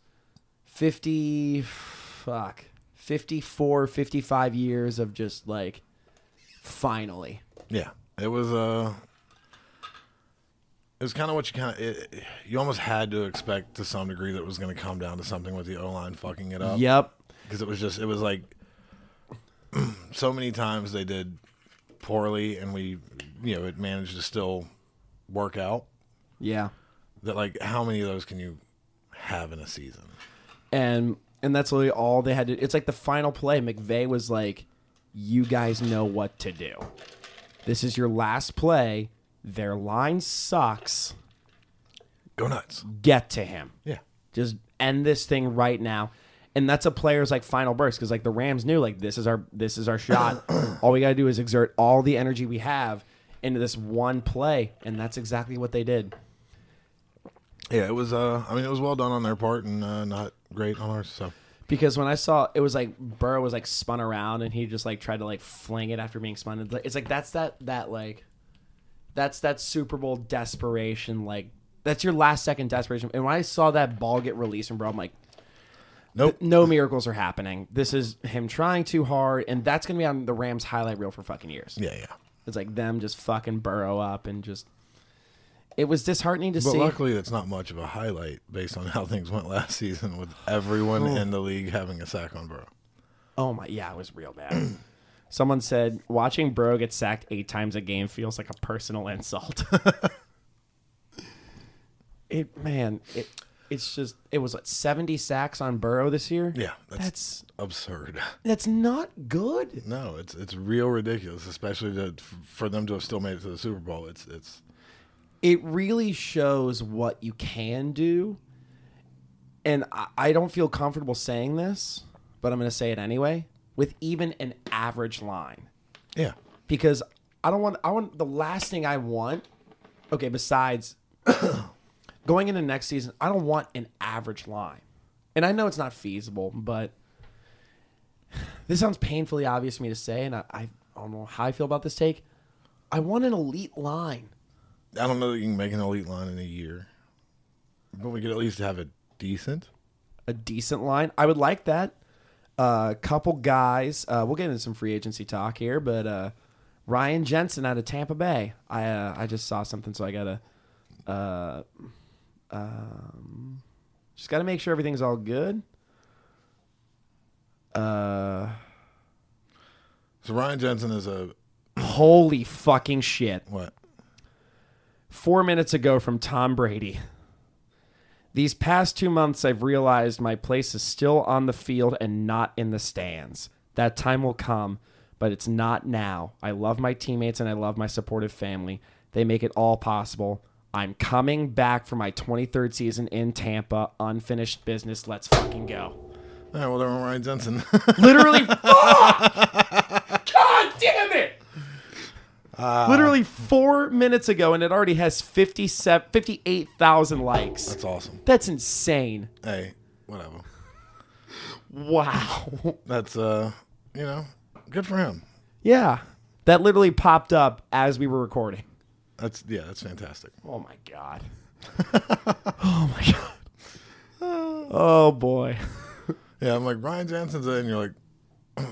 Speaker 5: 50 fuck 54 55 years of just like finally
Speaker 6: yeah, it was uh It was kind of what you kind of you almost had to expect to some degree that it was going to come down to something with the O line fucking it up.
Speaker 5: yep
Speaker 6: because it was just it was like so many times they did poorly and we you know it managed to still work out
Speaker 5: yeah
Speaker 6: that like how many of those can you have in a season
Speaker 5: and and that's literally all they had to. It's like the final play. McVay was like, "You guys know what to do. This is your last play. Their line sucks.
Speaker 6: go nuts
Speaker 5: Get to him.
Speaker 6: yeah
Speaker 5: Just end this thing right now." And that's a player's like final burst because like the Rams knew like this is our this is our shot. all we gotta do is exert all the energy we have into this one play, and that's exactly what they did.
Speaker 6: yeah it was uh i mean it was well done on their part and uh, not great on ours so
Speaker 5: because when I saw it was like Burrow was like spun around and he just like tried to like fling it after being spun. It's like- It's like that's that that like that's that Super Bowl desperation like that's your last second desperation. And when I saw that ball get released from Burrow, I'm like,
Speaker 6: nope
Speaker 5: no miracles are happening. This is him trying too hard, and that's gonna be on the Rams highlight reel for fucking years.
Speaker 6: yeah yeah
Speaker 5: It's like them just fucking Burrow up and just. It was disheartening to
Speaker 6: but
Speaker 5: see.
Speaker 6: luckily that's not much of a highlight based on how things went last season with everyone in the league having a sack on burrow
Speaker 5: Oh my, yeah, it was real bad. Someone said watching Bro get sacked eight times a game feels like a personal insult. it man, it it's just it was what seventy sacks on Burrow this year.
Speaker 6: Yeah, that's,
Speaker 5: that's
Speaker 6: absurd.
Speaker 5: that's not good.
Speaker 6: No, it's it's real ridiculous, especially to, for them to have still made it to the Super Bowl. It's it's
Speaker 5: it really shows what you can do. And I, I don't feel comfortable saying this, but I'm going to say it anyway with even an average line
Speaker 6: yeah,
Speaker 5: because I don't want I want the last thing I want. Okay, besides going into next season, I don't want an average line. And I know it's not feasible, but this sounds painfully obvious for me to say, and I, I don't know how I feel about this take. I want an elite line.
Speaker 6: I don't know that you can make an elite line in a year, but we could at least have a decent.
Speaker 5: a decent line. I would like that. A couple guys. Uh, we'll get into some free agency talk here, but uh, Ryan Jensen out of Tampa Bay. I uh, I just saw something, so I gotta uh, um, just gotta make sure everything's all good. Uh,
Speaker 6: So Ryan Jensen is a
Speaker 5: holy fucking shit!
Speaker 6: what?
Speaker 5: four minutes ago from Tom Brady. These past two months, I've realized my place is still on the field and not in the stands. That time will come, but it's not now. I love my teammates and I love my supportive family. They make it all possible. I'm coming back for my 23rd season in Tampa. Unfinished business. Let's fucking go.
Speaker 6: All right, well, then we're Ryan Jensen.
Speaker 5: Literally, fuck! God damn it! Uh, Literally four minutes ago, and it already has 57 58,000 likes.
Speaker 6: That's awesome.
Speaker 5: That's insane.
Speaker 6: Hey, whatever.
Speaker 5: Wow.
Speaker 6: That's uh, you know, good for him.
Speaker 5: Yeah. That literally popped up as we were recording.
Speaker 6: That's yeah, that's fantastic.
Speaker 5: Oh my god. oh my god. Oh boy.
Speaker 6: Yeah, I'm like Ryan Jensen's in. You're like,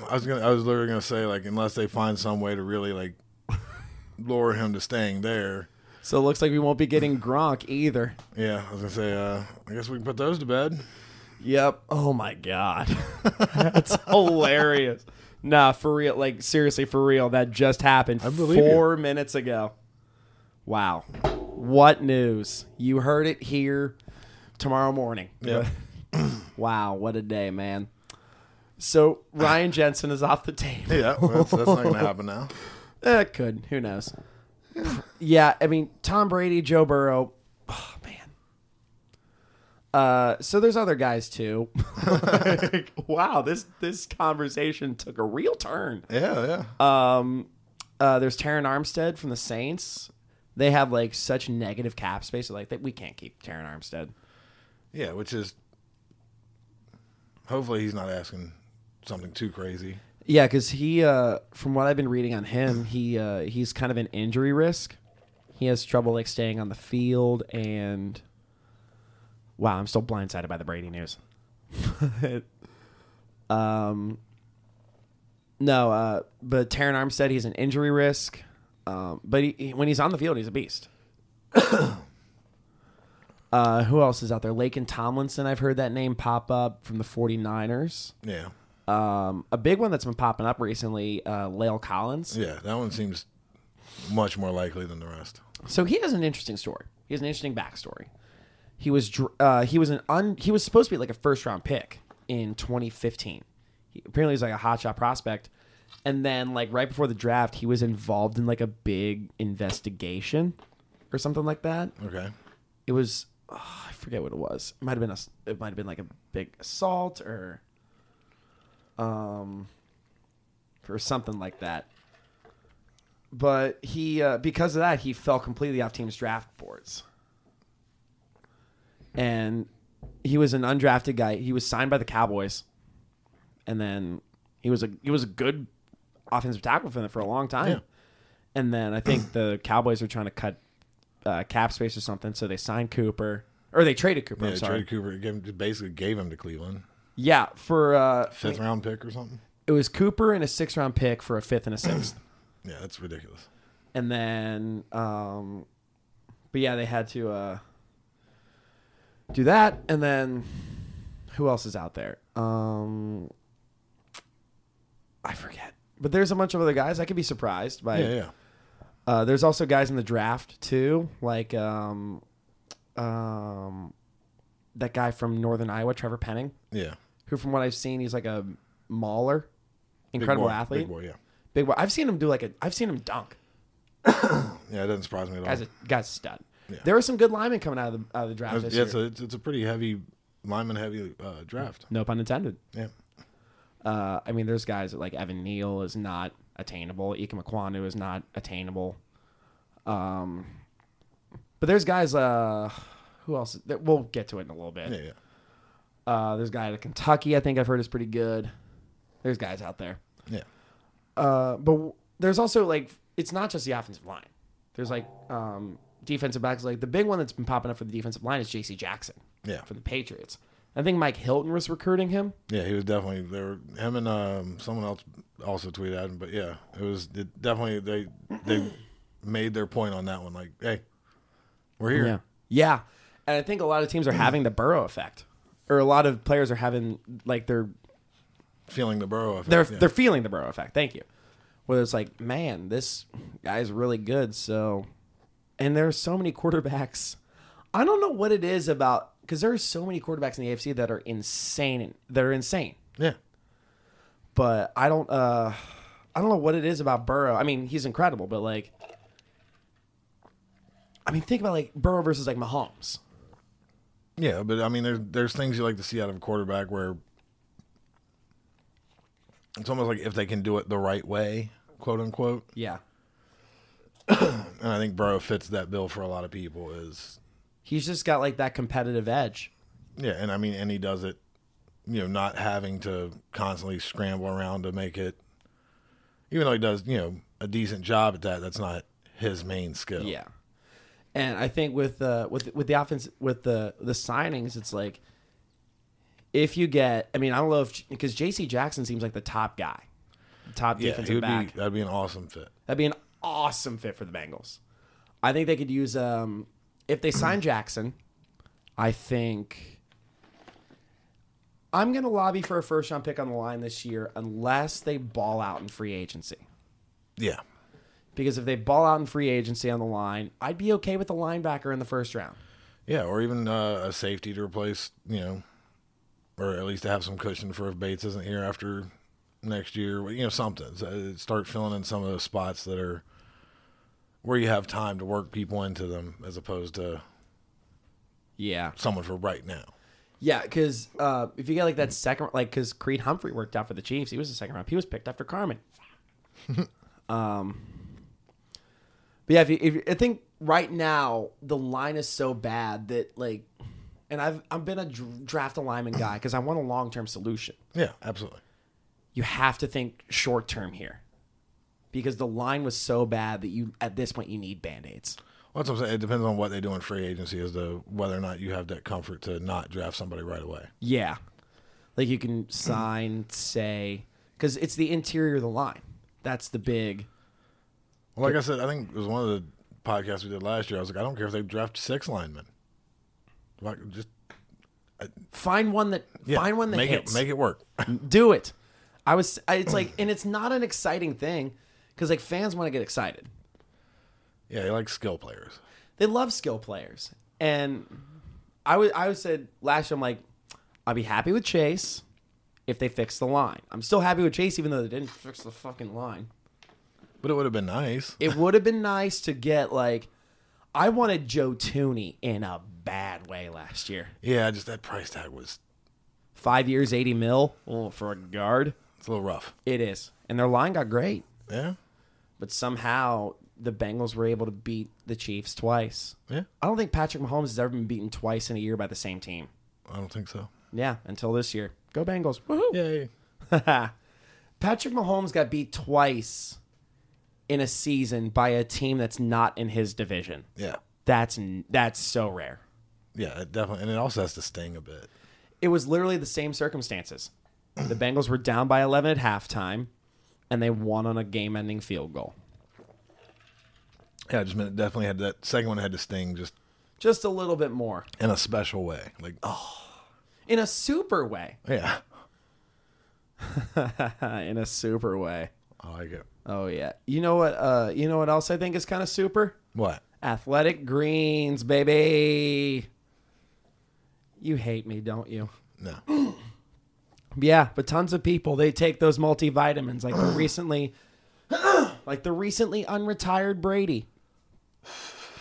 Speaker 6: I was gonna, I was literally gonna say like, unless they find some way to really like lure him to staying there.
Speaker 5: So it looks like we won't be getting Gronk either.
Speaker 6: Yeah, I was gonna say, uh, I guess we can put those to bed.
Speaker 5: Yep. Oh my god. That's hilarious. Nah, for real. Like seriously, for real. That just happened
Speaker 6: believe you.
Speaker 5: four minutes ago. Wow. What news? You heard it here tomorrow morning.
Speaker 6: Yeah.
Speaker 5: Wow, what a day, man. So Ryan Jensen is off the table.
Speaker 6: Yeah, well, that's, that's not gonna happen now.
Speaker 5: Eh, It could. Who knows? yeah, I mean, Tom Brady, Joe Burrow. Oh, man. Uh, so there's other guys too. Like, wow, this this conversation took a real turn.
Speaker 6: Yeah, yeah.
Speaker 5: Uh, there's Taron Armstead from the Saints. They have like such negative cap space. so, Like that, we can't keep Taron Armstead.
Speaker 6: yeah, which is hopefully he's not asking something too crazy.
Speaker 5: Yeah, because he, uh, from what I've been reading on him, he uh, he's kind of an injury risk. He has trouble like staying on the field, and wow, I'm still blindsided by the Brady news. um, no, uh, but Taron Armstead, he's an injury risk. Um, but he, he- when he's on the field, he's a beast. uh, who else is out there? Lake and Tomlinson, I've heard that name pop up from the 49ers.
Speaker 6: Yeah,
Speaker 5: Um, a big one that's been popping up recently, uh, Lale Collins.
Speaker 6: yeah. That one seems much more likely than the rest.
Speaker 5: So he has an interesting story. He has an interesting backstory. He was dr- uh, he was an un- he was supposed to be like a first round pick in 2015. He apparently he's like a hotshot prospect, and then like right before the draft, he was involved in like a big investigation or something like that.
Speaker 6: Okay.
Speaker 5: It was oh, I forget what it was. It might have been a s- it might have been like a big assault or um or something like that but he uh, because of that he fell completely off teams draft boards and he was an undrafted guy he was signed by the cowboys and then he was a he was a good offensive tackle for them for a long time
Speaker 6: Yeah.
Speaker 5: and then i think the cowboys were trying to cut uh, cap space or something so they signed cooper or they traded cooper
Speaker 6: Yeah,
Speaker 5: i'm sorry
Speaker 6: Trey Cooper gave him, basically gave him to Cleveland,
Speaker 5: yeah for uh,
Speaker 6: fifth round pick or something.
Speaker 5: it was cooper and a six round pick for a fifth and a sixth
Speaker 6: Yeah, that's ridiculous.
Speaker 5: and then um but yeah they had to uh do that and then who else is out there um I forget, but there's a bunch of other guys. I could be surprised by.
Speaker 6: Yeah, yeah.
Speaker 5: Uh, there's also guys in the draft too, like um, um, that guy from Northern Iowa, Trevor Penning,
Speaker 6: Yeah.
Speaker 5: who, from what I've seen, he's like a mauler,
Speaker 6: Big
Speaker 5: incredible
Speaker 6: boy,
Speaker 5: athlete,
Speaker 6: Big boy, yeah.
Speaker 5: Big boy. I've seen him do like a. I've seen him dunk.
Speaker 6: Yeah, it doesn't surprise me at all.
Speaker 5: Guy's a guy's a stud. There were some good linemen coming out of the, out of the draft this
Speaker 6: yeah, it's
Speaker 5: year.
Speaker 6: a, it's, it's a pretty heavy, lineman heavy uh, draft.
Speaker 5: no pun intended.
Speaker 6: Yeah.
Speaker 5: Uh, I mean, there's guys that, like Evan Neal is not attainable. Ike McQuanu is not attainable. Um, but there's guys. Uh, who else? That, we'll get to it in a little bit.
Speaker 6: Yeah, yeah.
Speaker 5: Uh, there's a guy out of Kentucky. I think I've heard is pretty good. There's guys out there.
Speaker 6: Yeah.
Speaker 5: Uh, but w- there's also like it's not just the offensive line. There's like um, defensive backs. Like the big one that's been popping up for the defensive line is J.C. Jackson
Speaker 6: Yeah.
Speaker 5: for the Patriots. I think Mike Hilton was recruiting him.
Speaker 6: Yeah, he was definitely there. were- Him and um, someone else also tweeted at him, but yeah, it was it definitely they they made their point on that one. Like, hey, we're here.
Speaker 5: yeah. And I think a lot of teams are having the Burrow effect, or a lot of players are having like they're
Speaker 6: Feeling the burrow effect.
Speaker 5: they're
Speaker 6: yeah.
Speaker 5: they're feeling the Burrow effect. Thank you. Where it's like, man, this guy's really good. So, and there's so many quarterbacks. I don't know what it is about because there are so many quarterbacks in the AFC that are insane. That are insane.
Speaker 6: yeah.
Speaker 5: But I don't. uh I don't know what it is about Burrow. I mean, he's incredible, but like, I mean, think about like Burrow versus like Mahomes.
Speaker 6: Yeah, but I mean, there's there's things you like to see out of a quarterback where it's almost like if they can do it the right way, quote unquote.
Speaker 5: Yeah,
Speaker 6: And I think Burrow fits that bill for a lot of people. Is
Speaker 5: he's just got like that competitive edge.
Speaker 6: yeah, and I mean, and he does it, you know, not having to constantly scramble around to make it. Even though he does, you know, a decent job at that, that's not his main skill.
Speaker 5: Yeah, and I think with uh, with with the offense with the the signings, it's like if you get, I mean, I don't know if because J.C. Jackson seems like the top guy, top
Speaker 6: yeah, he
Speaker 5: defensive
Speaker 6: would
Speaker 5: back.
Speaker 6: be that'd be an awesome fit.
Speaker 5: That'd be an awesome fit for the Bengals. I think they could use um if they sign Jackson, I think I'm gonna lobby for a first round pick on the line this year unless they ball out in free agency.
Speaker 6: Yeah,
Speaker 5: Because if they ball out in free agency on the line, I'd be okay with a linebacker in the first round.
Speaker 6: yeah, or even uh, a safety to replace, you know, or at least to have some cushion for if Bates isn't here after next year. You know, something. So, uh, Start filling in some of those spots that are where you have time to work people into them, as opposed to
Speaker 5: Yeah.
Speaker 6: someone for right now.
Speaker 5: Yeah, because uh, if you get like that second, like because Creed Humphrey worked out for the Chiefs, he was the second round. He was picked after Carmen. um, but yeah, if you, if you, I think right now the line is so bad that like, and I've I've been a dr- draft alignment guy because I want a long term solution.
Speaker 6: Yeah, absolutely.
Speaker 5: You have to think short term here, because the line was so bad that you at this point you need band aids.
Speaker 6: Well, that's what I'm saying. It depends on what they do in free agency as to whether or not you have that comfort to not draft somebody right away.
Speaker 5: Yeah. Like you can sign, say, because it's the interior of the line. That's the big.
Speaker 6: Well, like I said, I think it was one of the podcasts we did last year. I was like, I don't care if they draft six linemen. Like, just
Speaker 5: Find one that
Speaker 6: yeah,
Speaker 5: find one that
Speaker 6: make
Speaker 5: hits.
Speaker 6: it make it work.
Speaker 5: Do it. I was. I, it's like, and it's not an exciting thing because like fans want to get excited.
Speaker 6: yeah, they like skill players.
Speaker 5: They love skill players, and I was. I was said last year. I'm like, I'll be happy with Chase if they fix the line. I'm still happy with Chase, even though they didn't fix the fucking line.
Speaker 6: But it would have been nice.
Speaker 5: It would have been nice to get like I wanted Joe Tooney in a bad way last year.
Speaker 6: Yeah, just that price tag was
Speaker 5: Five years, eighty mil oh, for a guard.
Speaker 6: it's a little rough.
Speaker 5: It is, and their line got great,
Speaker 6: Yeah,
Speaker 5: but somehow the Bengals were able to beat the Chiefs twice.
Speaker 6: yeah.
Speaker 5: I don't think Patrick Mahomes has ever been beaten twice in a year by the same team.
Speaker 6: I don't think so.
Speaker 5: Yeah, until this year. Go Bengals! Woohoo!
Speaker 6: Yeah,
Speaker 5: Patrick Mahomes got beat twice in a season by a team that's not in his division.
Speaker 6: yeah,
Speaker 5: That's n- that's so rare.
Speaker 6: yeah. It definitely, and it also has to sting a bit.
Speaker 5: it was literally the same circumstances. The Bengals were down by 11 at halftime, and they won on a game-ending field goal.
Speaker 6: Yeah, I just meant it definitely had that second one had to sting just
Speaker 5: Just a little bit more,
Speaker 6: in a special way. Like, oh
Speaker 5: in a super way.
Speaker 6: yeah,
Speaker 5: in a super way.
Speaker 6: I like it.
Speaker 5: Oh yeah. You know what? Uh, you know what else I think is kind of super?
Speaker 6: What?
Speaker 5: Athletic greens, baby. You hate me, don't you?
Speaker 6: No.
Speaker 5: Yeah, but tons of people they take those multivitamins, like the recently, like the recently unretired Brady.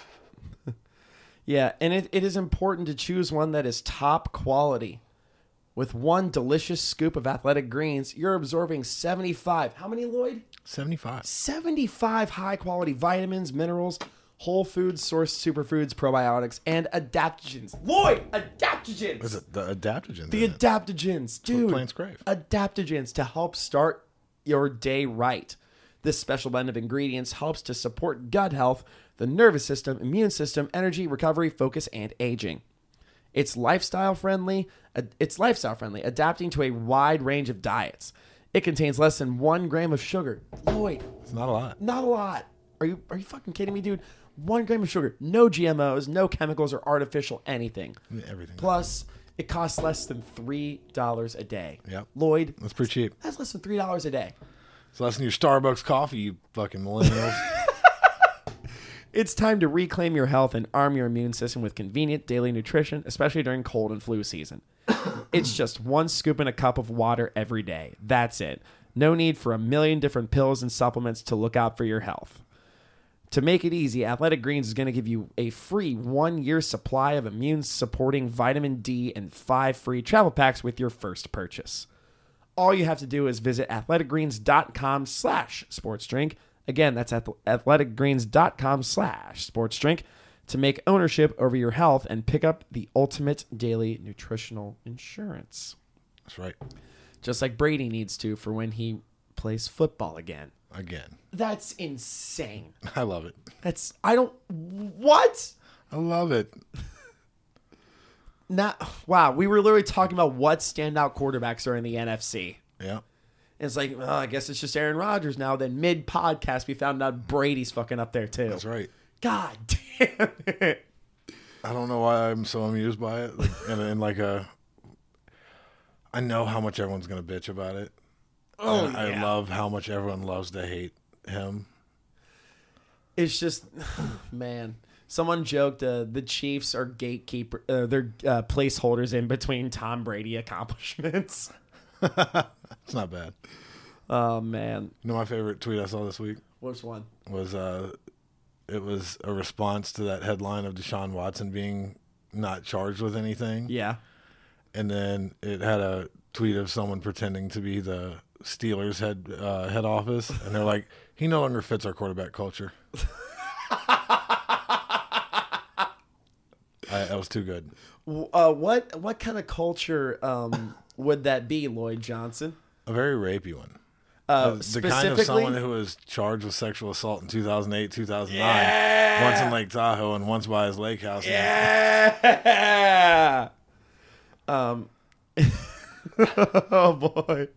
Speaker 5: yeah, and it, it is important to choose one that is top quality. With one delicious scoop of athletic greens, you're absorbing 75. How many, Lloyd?
Speaker 6: 75.
Speaker 5: 75 high quality vitamins, minerals, whole foods, sourced superfoods, probiotics, and adaptogens. Lloyd, adaptogens!
Speaker 6: Is it the adaptogen?
Speaker 5: The adaptogens, dude.
Speaker 6: plants crave.
Speaker 5: Adaptogens to help start your day right. This special blend of ingredients helps to support gut health, the nervous system, immune system, energy, recovery, focus, and aging. It's lifestyle friendly. ad- It's lifestyle friendly, adapting to a wide range of diets. It contains less than one gram of sugar. Lloyd,
Speaker 6: It's not a lot.
Speaker 5: not a lot. Are you are you fucking kidding me, dude? One gram of sugar, no GMOs, no chemicals or artificial anything.
Speaker 6: Everything.
Speaker 5: Plus, it costs less than three dollars a day.
Speaker 6: Yep.
Speaker 5: Lloyd,
Speaker 6: That's pretty cheap.
Speaker 5: that's less than three dollars a day.
Speaker 6: It's less than your Starbucks coffee, you fucking millennials.
Speaker 5: It's time to reclaim your health and arm your immune system with convenient daily nutrition, especially during cold and flu season. it's just one scoop and a cup of water every day. That's it. No need for a million different pills and supplements to look out for your health. To make it easy, Athletic Greens is going to give you a free one year supply of immune supporting vitamin D and five free travel packs with your first purchase. All you have to do is visit athleticgreens.com slash sports drink. Again, that's ath- athleticgreens.com slash sports drink to make ownership over your health and pick up the ultimate daily nutritional insurance.
Speaker 6: That's right.
Speaker 5: Just like Brady needs to for when he plays football again.
Speaker 6: Again.
Speaker 5: That's insane.
Speaker 6: I love it.
Speaker 5: That's, I don't, what?
Speaker 6: I love it.
Speaker 5: Not, wow, we were literally talking about what standout quarterbacks are in the NFC.
Speaker 6: Yeah.
Speaker 5: And it's like, well, I guess it's just Aaron Rodgers now. Then mid podcast, we found out Brady's fucking up there too.
Speaker 6: That's right.
Speaker 5: God damn it.
Speaker 6: I don't know why I'm so amused by it. Like, and, and like a, I know how much everyone's gonna bitch about it. Oh, I love how much everyone loves to hate him.
Speaker 5: It's just, man. Someone joked uh, the Chiefs are gatekeeper. Uh, they're uh, placeholders in between Tom Brady accomplishments.
Speaker 6: It's not bad.
Speaker 5: Oh man,
Speaker 6: You know, my favorite tweet I saw this week
Speaker 5: what's one?
Speaker 6: was uh, it was a response to that headline of Deshaun Watson being not charged with anything,
Speaker 5: Yeah,
Speaker 6: and then it had a tweet of someone pretending to be the Steelers head uh, head office, and they're like, he no longer fits our quarterback culture. I, that was too good.
Speaker 5: W- uh, what what kind of culture um, would that be, Lloyd Johnson?
Speaker 6: A very rapey one.
Speaker 5: Uh,
Speaker 6: the kind of someone who was charged with sexual assault in 2008, 2009, once in Lake Tahoe and once by his lake house. Yeah.
Speaker 5: Yeah. Um. oh boy.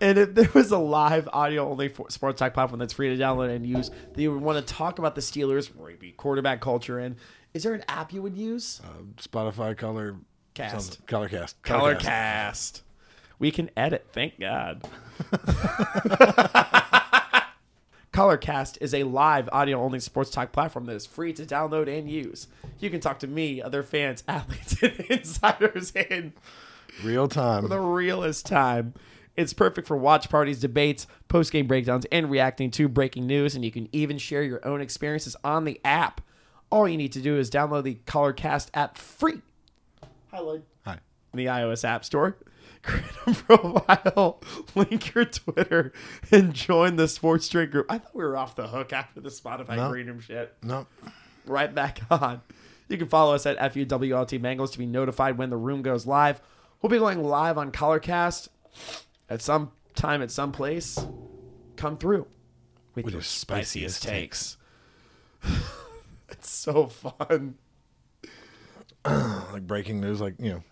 Speaker 5: And if there was a live audio only for sports talk platform that's free to download and use that you would want to talk about the Steelers, maybe quarterback culture, and is there an app you would use?
Speaker 6: Spotify color
Speaker 5: Cast.
Speaker 6: something- color cast.
Speaker 5: Colorcast. We can edit, thank God. Colorcast is a live audio only sports talk platform that is free to download and use. You can talk to me, other fans, athletes, and insiders in
Speaker 6: Real time.
Speaker 5: the realest time. It's perfect for watch parties, debates, post game breakdowns, and reacting to breaking news. And you can even share your own experiences on the app. All you need to do is download the Colorcast app free. Hi, Lloyd
Speaker 6: Hi.
Speaker 5: in the iOS App Store. Create a profile, link your Twitter, and join the sports drink group. I thought we were off the hook after the Spotify
Speaker 6: No.
Speaker 5: Green Room shit.
Speaker 6: No.
Speaker 5: Right back on. You can follow us at FUWLT Mangles to be notified when the room goes live. We'll be going live on Colorcast at some time at some place. Come through with,
Speaker 6: With
Speaker 5: your
Speaker 6: your spiciest
Speaker 5: spiciest takes. it's so fun.
Speaker 6: Like breaking news, like, you know.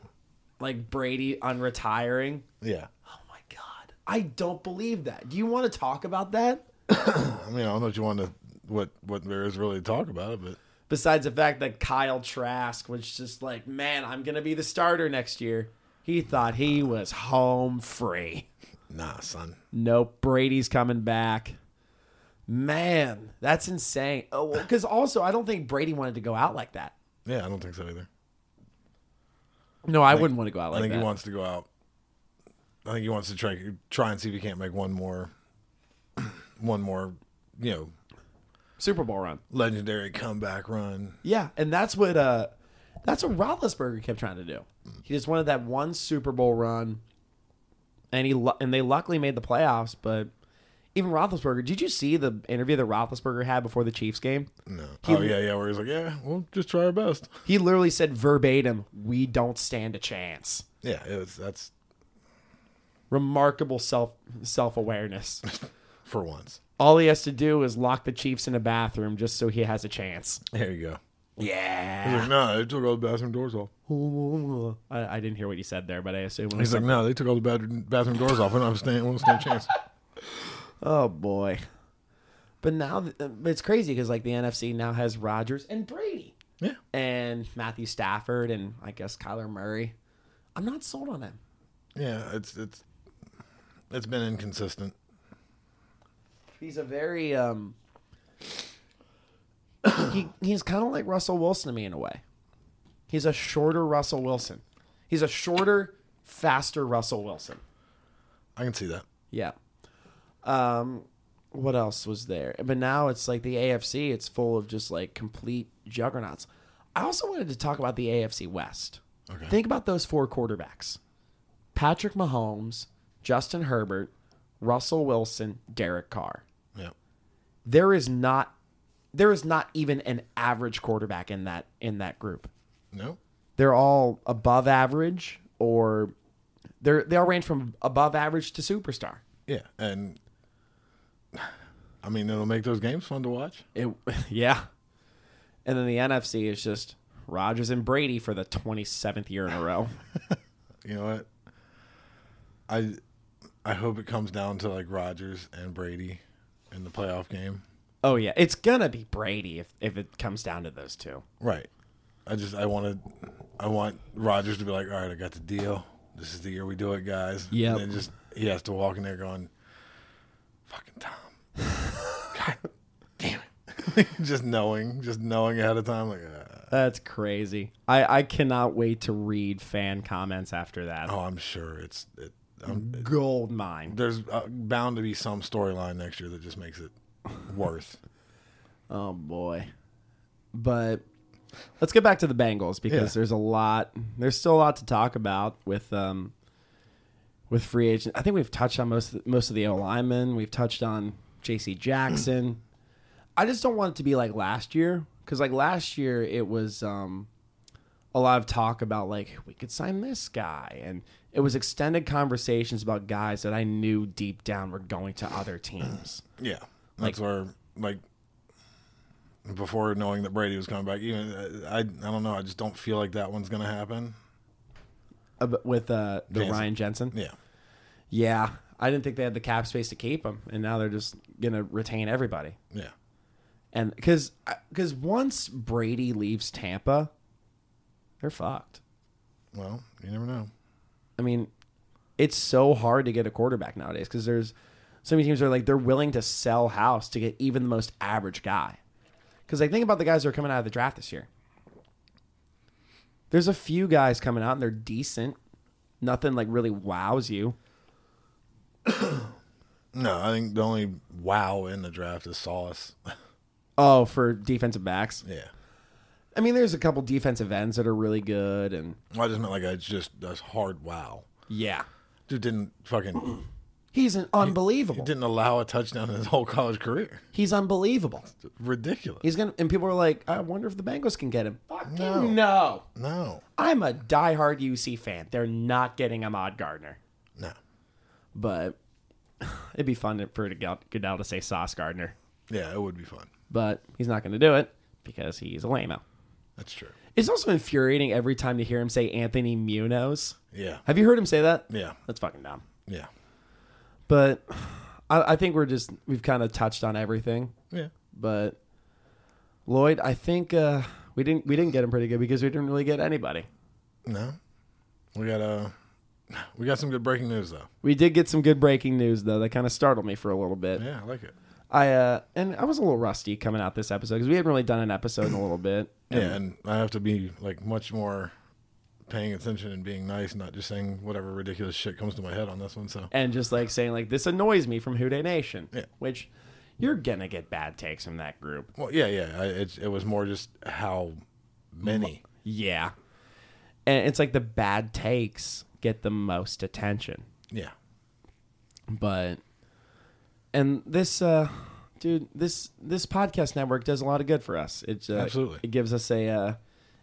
Speaker 5: Like Brady on retiring.
Speaker 6: Yeah.
Speaker 5: Oh my god. I don't believe that. Do you want to talk about that?
Speaker 6: I mean, I don't know what you want to, what, what there is really to talk about it, but
Speaker 5: Besides the fact that Kyle Trask was just like, man, I'm gonna be the starter next year. He thought he was home free.
Speaker 6: Nah, son.
Speaker 5: Nope. Brady's coming back. Man, that's insane. Oh, because also I don't think Brady wanted to go out like that.
Speaker 6: Yeah, I don't think so either.
Speaker 5: No, I wouldn't want to go out
Speaker 6: I
Speaker 5: like
Speaker 6: think
Speaker 5: that.
Speaker 6: he wants to go out. I think he wants to try try and see if he can't make one more, one more, you know,
Speaker 5: Super Bowl run.
Speaker 6: legendary comeback run.
Speaker 5: Yeah, and that's what uh that's what Roethlisberger kept trying to do. He just wanted that one Super Bowl run, and he lu- and they luckily made the playoffs. But even Roethlisberger, did you see the interview that Roethlisberger had before the Chiefs game?
Speaker 6: No. oh yeah, yeah. Where he's like, yeah, we'll just try our best.
Speaker 5: He literally said verbatim, "We don't stand a chance."
Speaker 6: Yeah, it was, that's
Speaker 5: Remarkable self self awareness.
Speaker 6: for once.
Speaker 5: All he has to do is lock the Chiefs in a bathroom just so he has a chance.
Speaker 6: There you go.
Speaker 5: Yeah.
Speaker 6: He's like, no, they took all the bathroom doors off.
Speaker 5: I, I didn't hear what he said there, but I assume
Speaker 6: He's like, no, they took all the bad- bathroom doors off. We don't have a stand, we don't stand a chance.
Speaker 5: Oh boy. But now th- uh, it's crazy because like the NFC now has Rodgers and Brady
Speaker 6: Yeah.
Speaker 5: and Matthew Stafford and I guess Kyler Murray. I'm not sold on him.
Speaker 6: Yeah, it's it's it's been inconsistent.
Speaker 5: He's a very um. he he's kind of like Russell Wilson to me in a way. He's a shorter Russell Wilson. He's a shorter, faster Russell Wilson.
Speaker 6: I can see that.
Speaker 5: Yeah. Um, what else was there? But now it's like the AFC. It's full of just like complete juggernauts. I also wanted to talk about the AFC West.
Speaker 6: Okay.
Speaker 5: Think about those four quarterbacks: Patrick Mahomes, Justin Herbert, Russell Wilson, Derek Carr.
Speaker 6: Yeah.
Speaker 5: There is not, there is not even an average quarterback in that in that group
Speaker 6: No.
Speaker 5: they're all above average or they're they all range from above average to superstar.
Speaker 6: Yeah, and I mean it'll make those games fun to watch.
Speaker 5: It yeah. And then the NFC is just Rodgers and Brady for the 27th year in a row.
Speaker 6: You know what? I I hope it comes down to like Rodgers and Brady in the playoff game.
Speaker 5: oh yeah, it's going to be Brady if if it comes down to those two.
Speaker 6: Right. I just I wanted I want Rodgers to be like, all right, I got the deal. This is the year we do it, guys.
Speaker 5: Yep.
Speaker 6: And then just he has to walk in there going, fucking Tom. God damn it. just knowing, just knowing ahead of time, like, uh,
Speaker 5: That's crazy. I I cannot wait to read fan comments after that.
Speaker 6: oh, I'm sure it's it. I'm,
Speaker 5: Mm-hmm. Gold mine.
Speaker 6: there's uh, bound to be some storyline next year that just makes it worth.
Speaker 5: Oh boy. But let's get back to the Bengals because
Speaker 6: Yeah.
Speaker 5: there's a lot there's still a lot to talk about with um with free agent. I think we've touched on most of the, most of the O linemen. We've touched on JC Jackson. I just don't want it to be like last year cuz like last year it was um a lot of talk about like we could sign this guy and it was extended conversations about guys that I knew deep down were going to other teams.
Speaker 6: Yeah, that's where like before knowing that Brady was coming back, even uh, I I don't know, I just don't feel like that one's gonna happen.
Speaker 5: Uh, but with uh, the
Speaker 6: Jensen.
Speaker 5: Ryan Jensen.
Speaker 6: Yeah,
Speaker 5: Yeah, I didn't think they had the cap space to keep him, and now they're just gonna retain everybody.
Speaker 6: yeah,
Speaker 5: And because because once Brady leaves Tampa, they're fucked.
Speaker 6: Well, you never know.
Speaker 5: I mean, it's so hard to get a quarterback nowadays because there's so many teams that are like they're willing to sell house to get even the most average guy. Because like think about the guys that are coming out of the draft this year. There's a few guys coming out and they're decent. Nothing like really wows you.
Speaker 6: No, I think the only wow in the draft is Sauce.
Speaker 5: Oh, for defensive backs.
Speaker 6: yeah.
Speaker 5: I mean, there's a couple defensive ends that are really good, and
Speaker 6: Well, I just meant like I just that's hard wow.
Speaker 5: yeah,
Speaker 6: Dude didn't fucking
Speaker 5: he's an unbelievable.
Speaker 6: didn't allow a touchdown in his whole college career.
Speaker 5: he's unbelievable.
Speaker 6: Ridiculous.
Speaker 5: He's gonna, and people are like, I wonder if the Bengals can get him. Fuck no.
Speaker 6: No.
Speaker 5: no.
Speaker 6: no.
Speaker 5: I'm a diehard UC fan. They're not getting Ahmad Gardner,
Speaker 6: No.
Speaker 5: but it'd be fun for it to get Goodell to say Sauce Gardner,
Speaker 6: Yeah, it would be fun.
Speaker 5: but he's not gonna do it because he's a lameo.
Speaker 6: That's true.
Speaker 5: It's also infuriating every time to hear him say Anthony Munoz.
Speaker 6: Yeah.
Speaker 5: Have you heard him say that?
Speaker 6: Yeah.
Speaker 5: That's fucking dumb.
Speaker 6: Yeah.
Speaker 5: but I, I think we're just we've kind of touched on everything.
Speaker 6: Yeah.
Speaker 5: But Lloyd, I think uh, we didn't we didn't get him pretty good because we didn't really get anybody.
Speaker 6: No. We got uh We got some good breaking news though.
Speaker 5: We did get some good breaking news though. That kind of startled me for a little bit.
Speaker 6: Yeah, I like it.
Speaker 5: I uh, and I was a little rusty coming out this episode because we hadn't really done an episode in a little bit.
Speaker 6: Yeah, and I have to be like much more paying attention and being nice, not just saying whatever ridiculous shit comes to my head on this one. So
Speaker 5: and just like saying like this annoys me from Houday Nation,
Speaker 6: Yeah.
Speaker 5: which you're gonna get bad takes from that group.
Speaker 6: well, yeah, yeah. I, it, it was more just how many.
Speaker 5: Yeah, and it's like the bad takes get the most attention,
Speaker 6: Yeah,
Speaker 5: but and this uh, dude, this this podcast network does a lot of good for us. It's uh,
Speaker 6: Absolutely.
Speaker 5: it gives us a uh,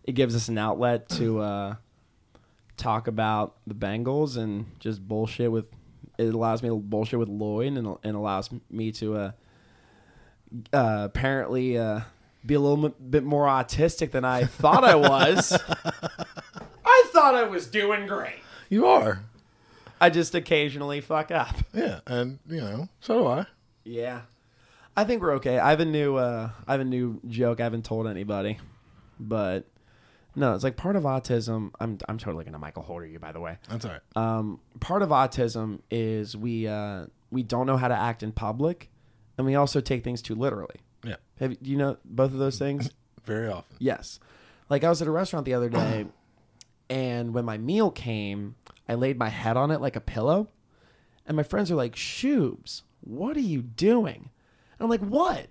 Speaker 5: it gives us an outlet to uh, talk about the Bengals and just bullshit with. It allows me to bullshit with Lloyd and, and allows me to uh, uh, apparently uh, be a little m- bit more autistic than I thought I was. I thought I was doing great.
Speaker 6: you are.
Speaker 5: I just occasionally fuck up.
Speaker 6: Yeah, and you know, so do I.
Speaker 5: Yeah. I think we're okay. I have a new uh I have a new joke I haven't told anybody. But no, it's like part of autism. I'm I'm totally gonna Michael Holder you by the way.
Speaker 6: That's all right.
Speaker 5: Um part of autism is we uh we don't know how to act in public and we also take things too literally.
Speaker 6: yeah,
Speaker 5: Have you- do you know both of those things?
Speaker 6: very often.
Speaker 5: Yes. Like I was at a restaurant the other day, and when my meal came, I laid my head on it like a pillow, and my friends are like, "Shoes, what are you doing?" And I'm like, "What?"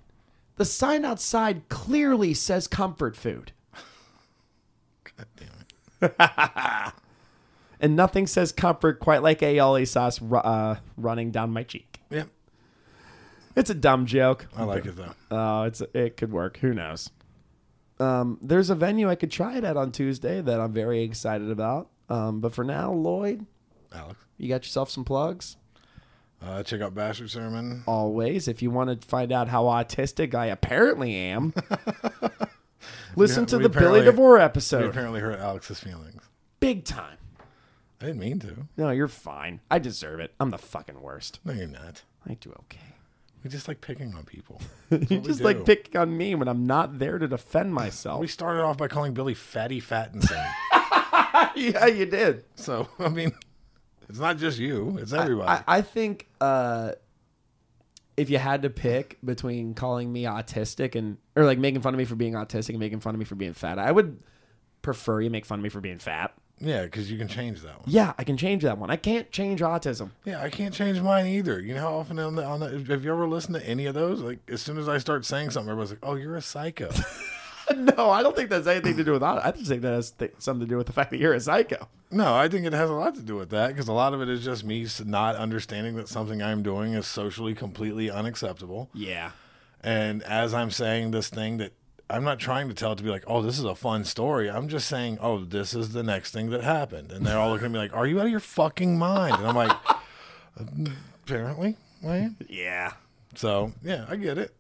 Speaker 5: The sign outside clearly says comfort food,
Speaker 6: God damn it.
Speaker 5: and nothing says comfort quite like aioli sauce ru- uh, running down my cheek.
Speaker 6: Yep,
Speaker 5: It's a dumb joke.
Speaker 6: I like it though.
Speaker 5: Oh, it's it could work. Who knows? Um, there's a venue I could try it at on Tuesday that I'm very excited about. Um, but for now, Lloyd,
Speaker 6: Alex,
Speaker 5: You got yourself some plugs?
Speaker 6: uh, check out Bastard Sermon.
Speaker 5: Oh. Always. If you want to find out how autistic I apparently am, listen
Speaker 6: We-
Speaker 5: to
Speaker 6: we
Speaker 5: the Billy
Speaker 6: apparently-
Speaker 5: DeVore
Speaker 6: We
Speaker 5: episode.
Speaker 6: apparently hurt Alex's feelings.
Speaker 5: Big time.
Speaker 6: I didn't mean to.
Speaker 5: No, you're fine. I deserve it. I'm the fucking worst.
Speaker 6: No, you're not.
Speaker 5: I do okay.
Speaker 6: We just like picking on people.
Speaker 5: you
Speaker 6: we
Speaker 5: just
Speaker 6: do.
Speaker 5: like picking on me when I'm not there to defend myself.
Speaker 6: We started off by calling Billy Fatty Fattenson.
Speaker 5: yeah, you did.
Speaker 6: so, I mean, it's not just you, it's everybody.
Speaker 5: I, I think uh, if you had to pick between calling me autistic and or like making fun of me for being autistic and making fun of me for being fat, I would prefer you make fun of me for being fat.
Speaker 6: yeah, because you can change that one.
Speaker 5: Yeah, I can change that one. I can't change autism.
Speaker 6: Yeah, I can't change mine either. You know how often on the, on the, have you ever listened to any of those? Like, as soon as I start saying something, everybody's like, oh, you're a psycho.
Speaker 5: No, I don't think that's anything to do with autism. I just think that has th- something to do with the fact that you're a psycho.
Speaker 6: no, I think it has a lot to do with that because a lot of it is just me s- not understanding that something I'm doing is socially completely unacceptable.
Speaker 5: Yeah.
Speaker 6: And as I'm saying this thing that I'm not trying to tell it to be like, oh, this is a fun story. I'm just saying, oh, this is the next thing that happened. And they're all looking at me like, are you out of your fucking mind? And I'm like, apparently I am.
Speaker 5: Yeah.
Speaker 6: So, yeah, I get it.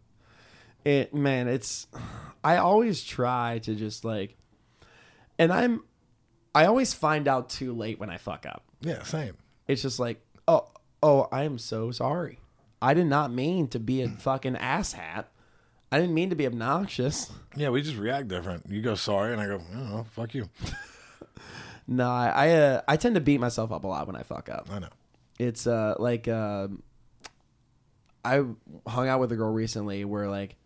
Speaker 5: It man, it's I always try to just like and I'm I always find out too late when I fuck up.
Speaker 6: Yeah, same.
Speaker 5: It's just like, "Oh, oh, I am so sorry. I did not mean to be a fucking asshat. I didn't mean to be obnoxious."
Speaker 6: Yeah, we just react different. You go sorry, and I go, oh, fuck you.
Speaker 5: No, I I, uh, I tend to beat myself up a lot when I fuck up.
Speaker 6: I know.
Speaker 5: it's uh like uh, I hung out with a girl recently where like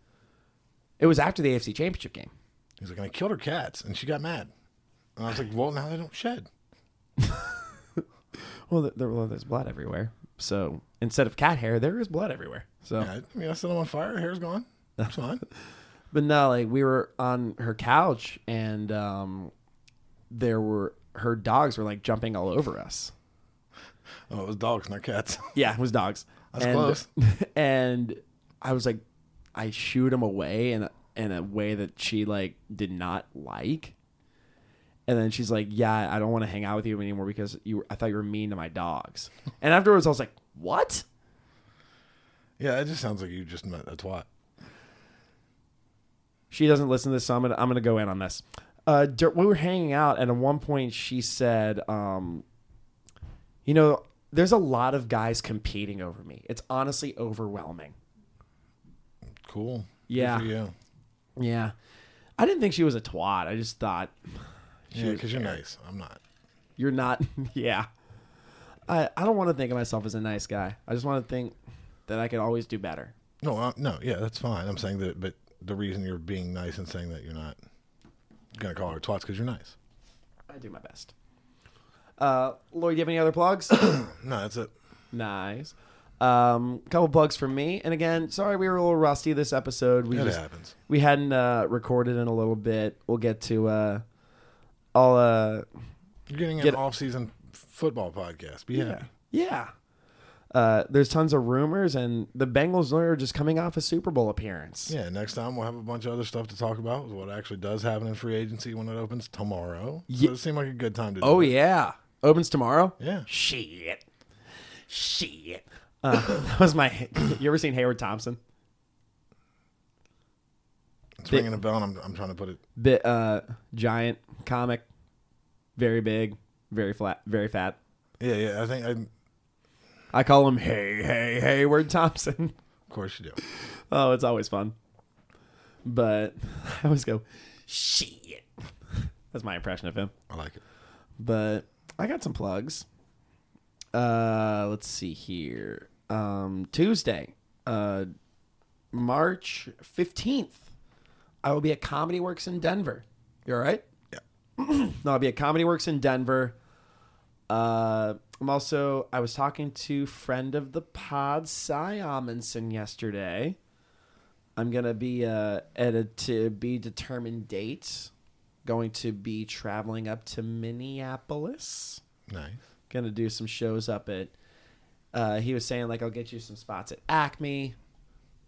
Speaker 5: it was after the AFC Championship game.
Speaker 6: He's like, and I killed her cats, and she got mad. And I was like, well, now they don't shed.
Speaker 5: Well, th- there, well, there's blood everywhere. So instead of cat hair, there is blood everywhere. So,
Speaker 6: Yeah, I mean, I set them on fire. Hair's gone. It's fine.
Speaker 5: but no, like we were on her couch and um, there were her dogs were like jumping all over us.
Speaker 6: Oh, it was dogs, not cats.
Speaker 5: Yeah, it was dogs.
Speaker 6: That's
Speaker 5: and,
Speaker 6: close.
Speaker 5: And I was like, I shooed him away in a, in a way that she like did not like. And then she's like, "Yeah, I don't want to hang out with you anymore because you. Were, I thought you were mean to my dogs." And afterwards, I was like, "What?"
Speaker 6: Yeah, it just sounds like you just met a twat.
Speaker 5: She doesn't listen to this, so I'm gonna I'm gonna go in on this. Uh, dur- we were hanging out, and at one point, she said, um, "You know, there's a lot of guys competing over me. It's honestly overwhelming."
Speaker 6: Cool.
Speaker 5: Yeah.
Speaker 6: Good for you.
Speaker 5: Yeah. I didn't think she was a twat. I just thought
Speaker 6: Yeah, because you're nice. I'm not.
Speaker 5: you're not yeah. I, I don't want to think of myself as a nice guy. I just want to think that I could always do better.
Speaker 6: No, uh, no, yeah, that's fine. I'm saying that, but the reason you're being nice and saying that you're not gonna call her twats because you're nice.
Speaker 5: I do my best. Uh, Lori, do you have any other plugs?
Speaker 6: No, that's it.
Speaker 5: nice. Um, couple plugs from me. And again, sorry we were a little rusty this episode. We
Speaker 6: It
Speaker 5: just
Speaker 6: happens.
Speaker 5: we hadn't uh, recorded in a little bit. We'll get to uh, all uh,
Speaker 6: You're getting an
Speaker 5: Get-
Speaker 6: off-season football podcast. Be happy.
Speaker 5: Yeah. Uh, there's tons of rumors, and the Bengals are just coming off a Super Bowl appearance.
Speaker 6: Yeah, next time we'll have a bunch of other stuff to talk about. What actually does happen in free agency when it opens tomorrow. So it seemed like a good time to.
Speaker 5: Oh
Speaker 6: do it.
Speaker 5: yeah, opens tomorrow.
Speaker 6: yeah.
Speaker 5: Shit, shit. Uh, that was my. You ever seen Hayward Thompson?
Speaker 6: It's ringing a bell, and I'm, I'm trying to put it.
Speaker 5: Bit uh, giant comic, very big, very flat, very fat.
Speaker 6: Yeah, yeah. I think, I, of
Speaker 5: I call him Hey Hey Hayward Thompson.
Speaker 6: course, you do.
Speaker 5: Oh, it's always fun. But I always go shit. That's my impression of him.
Speaker 6: I like it.
Speaker 5: but I got some plugs. Uh, let's see here. Um, Tuesday, uh, March fifteenth, I will be at Comedy Works in Denver. You all right? Yeah. no, I'll be at Comedy Works in Denver. Uh, I'm also. I was talking to friend of the pod, Cy Amundsen, yesterday. I'm gonna be uh, at a to be determined date. Going to be traveling up to Minneapolis.
Speaker 6: Nice.
Speaker 5: Gonna do some shows up at. Uh, he was saying like I'll get you some spots at Acme,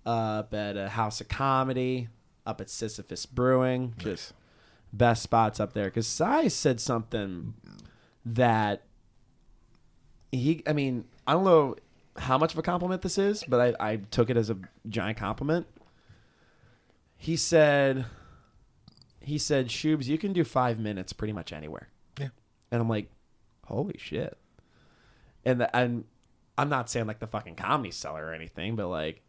Speaker 5: up at a House of Comedy, up at Sisyphus Brewing. Just best spots up there. Because Sai said something that he. I mean, I don't know how much of a compliment this is, but I, I took it as a giant compliment. He said, he said, Shubes, you can do five minutes pretty much anywhere.
Speaker 6: Yeah.
Speaker 5: And I'm like, holy shit. And the, and I'm not saying like the fucking comedy seller or anything, but like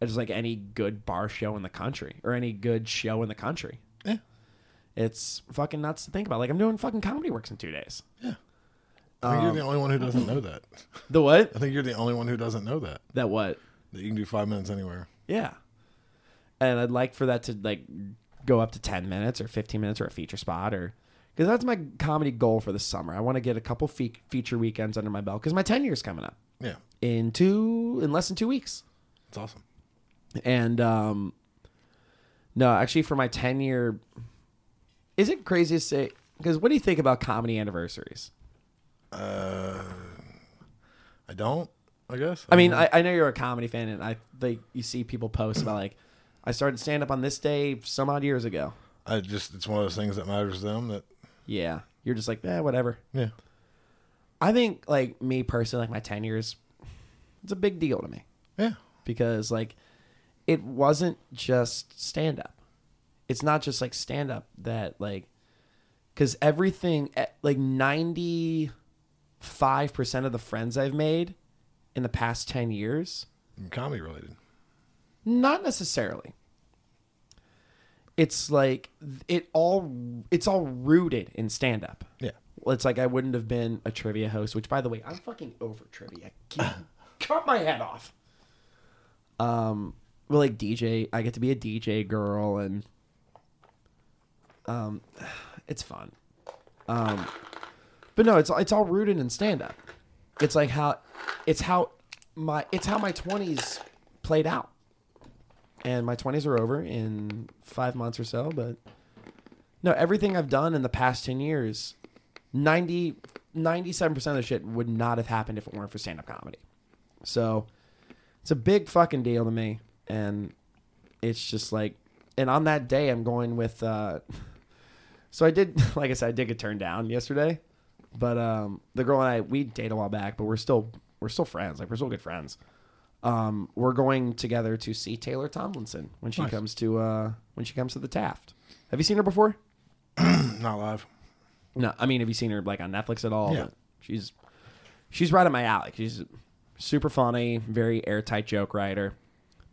Speaker 5: it's like any good bar show in the country or any good show in the country.
Speaker 6: Yeah.
Speaker 5: It's fucking nuts to think about. Like I'm doing fucking comedy works in two days.
Speaker 6: I think
Speaker 5: Um,
Speaker 6: you're the only one who doesn't know that.
Speaker 5: The what?
Speaker 6: I think you're the only one who doesn't know that.
Speaker 5: That what?
Speaker 6: That you can do five minutes anywhere.
Speaker 5: Yeah. And I'd like for that to like go up to 10 minutes or 15 minutes or a feature spot or because that's my comedy goal for the summer. I want to get a couple fe- feature weekends under my belt because my 10 years coming up
Speaker 6: Yeah.
Speaker 5: in two in less than two weeks.
Speaker 6: It's awesome.
Speaker 5: And um no, actually for my 10 year is it crazy to say because what do you think about comedy anniversaries?
Speaker 6: I don't, I guess.
Speaker 5: I mean, I, I know you're a comedy fan and I think you see people post about like I started stand up on this day some odd years ago.
Speaker 6: I just, it's one of those things that matters to them that,
Speaker 5: Yeah. You're just like, eh, whatever.
Speaker 6: yeah.
Speaker 5: I think like me personally, like my ten years, it's a big deal to me
Speaker 6: Yeah.
Speaker 5: because like it wasn't just stand up. It's not just like stand up that like because everything eh, like ninety five percent of the friends I've made in the past ten years,
Speaker 6: Comedy related.
Speaker 5: not necessarily. It's like it all it's all rooted in stand up.
Speaker 6: Yeah.
Speaker 5: It's like I wouldn't have been a trivia host, which by the way, I'm fucking over trivia. Get- Cut my head off. Um, well, like DJ, I get to be a DJ girl, and um, it's fun. Um, but no, it's it's all rooted in stand up. It's like how, it's how my it's how my twenties played out, and my twenties are over in five months or so. But no, everything I've done in the past ten years 90, 97% of the shit would not have happened if it weren't for stand up comedy. So it's a big fucking deal to me. And it's just like, and on that day, I'm going with, uh, so I did, like I said, I did get turned down yesterday, but, um, the girl and I, we date a while back, but we're still, we're still friends. Like we're still good friends. Um, we're going together to see Taylor Tomlinson when she comes to, uh, when she comes to the Taft. Have you seen her before?
Speaker 6: Not live.
Speaker 5: No, I mean, have you seen her like on Netflix at all?
Speaker 6: Yeah.
Speaker 5: She's she's right up my alley. She's super funny, very airtight joke writer.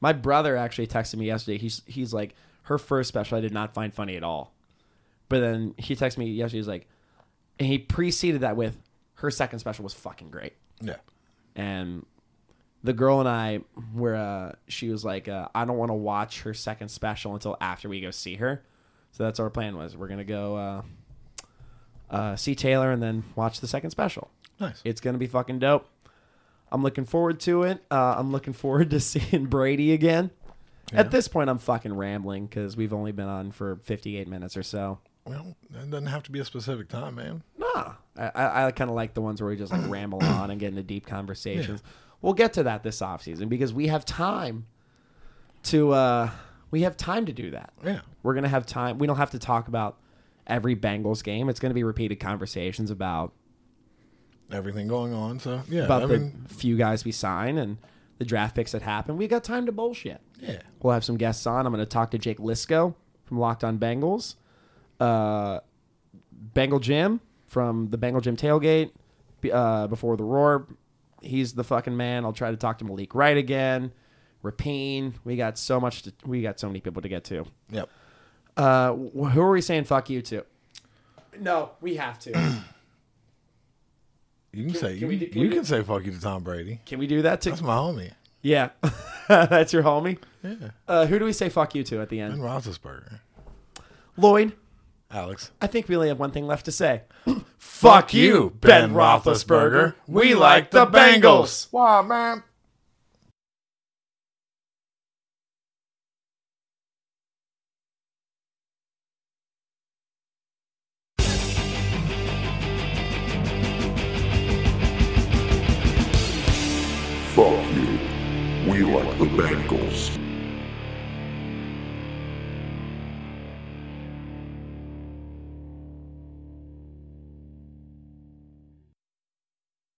Speaker 5: My brother actually texted me yesterday. He's he's like her first special I did not find funny at all. But then he texted me yesterday. He's like, and he preceded that with her second special was fucking great.
Speaker 6: Yeah.
Speaker 5: and the girl and I were uh, she was like uh, I don't want to watch her second special until after we go see her, so that's our plan was we're gonna go uh, uh, see Taylor and then watch the second special.
Speaker 6: Nice.
Speaker 5: It's gonna be fucking dope. I'm looking forward to it. Uh, I'm looking forward to seeing Brady again. At this point, I'm fucking rambling because we've only been on for 58 minutes or so.
Speaker 6: Well, that doesn't have to be a specific time, man.
Speaker 5: Nah, I, I, I kind of like the ones where we just like ramble on and get into deep conversations. We'll get to that this off season because we have time to uh, we have time to do that.
Speaker 6: Yeah.
Speaker 5: we're gonna have time. We don't have to talk about every Bengals game. It's gonna be repeated conversations about
Speaker 6: Everything going on, so yeah.
Speaker 5: about
Speaker 6: I
Speaker 5: the
Speaker 6: mean,
Speaker 5: few guys we sign and the draft picks that happen. We got time to bullshit.
Speaker 6: yeah.
Speaker 5: We'll have some guests on. I'm going to talk to Jake Lisco from Locked On Bengals, uh, Bengal Jim from the Bengal Jim tailgate b- uh, before the roar. He's the fucking man. I'll try to talk to Malik Wright again. Rapine. We got so much. To, we got so many people to get to.
Speaker 6: Yep.
Speaker 5: Uh, wh- who are we saying fuck you to? No, we have to.
Speaker 6: You can, say
Speaker 5: can
Speaker 6: you,
Speaker 5: we do- can
Speaker 6: you
Speaker 5: we do-
Speaker 6: can say fuck you to Tom Brady.
Speaker 5: Can we do that
Speaker 6: That's
Speaker 5: to?
Speaker 6: my homie.
Speaker 5: Yeah, that's your homie.
Speaker 6: Yeah.
Speaker 5: Uh, who do we say fuck you to at the
Speaker 6: Ben
Speaker 5: end?
Speaker 6: Roethlisberger.
Speaker 5: Lloyd.
Speaker 6: Alex.
Speaker 5: I think we only have one thing left to say.
Speaker 6: Fuck you, Ben Roethlisberger. We like the Bengals. Wow, man.
Speaker 4: Fuck you. We like the Bengals.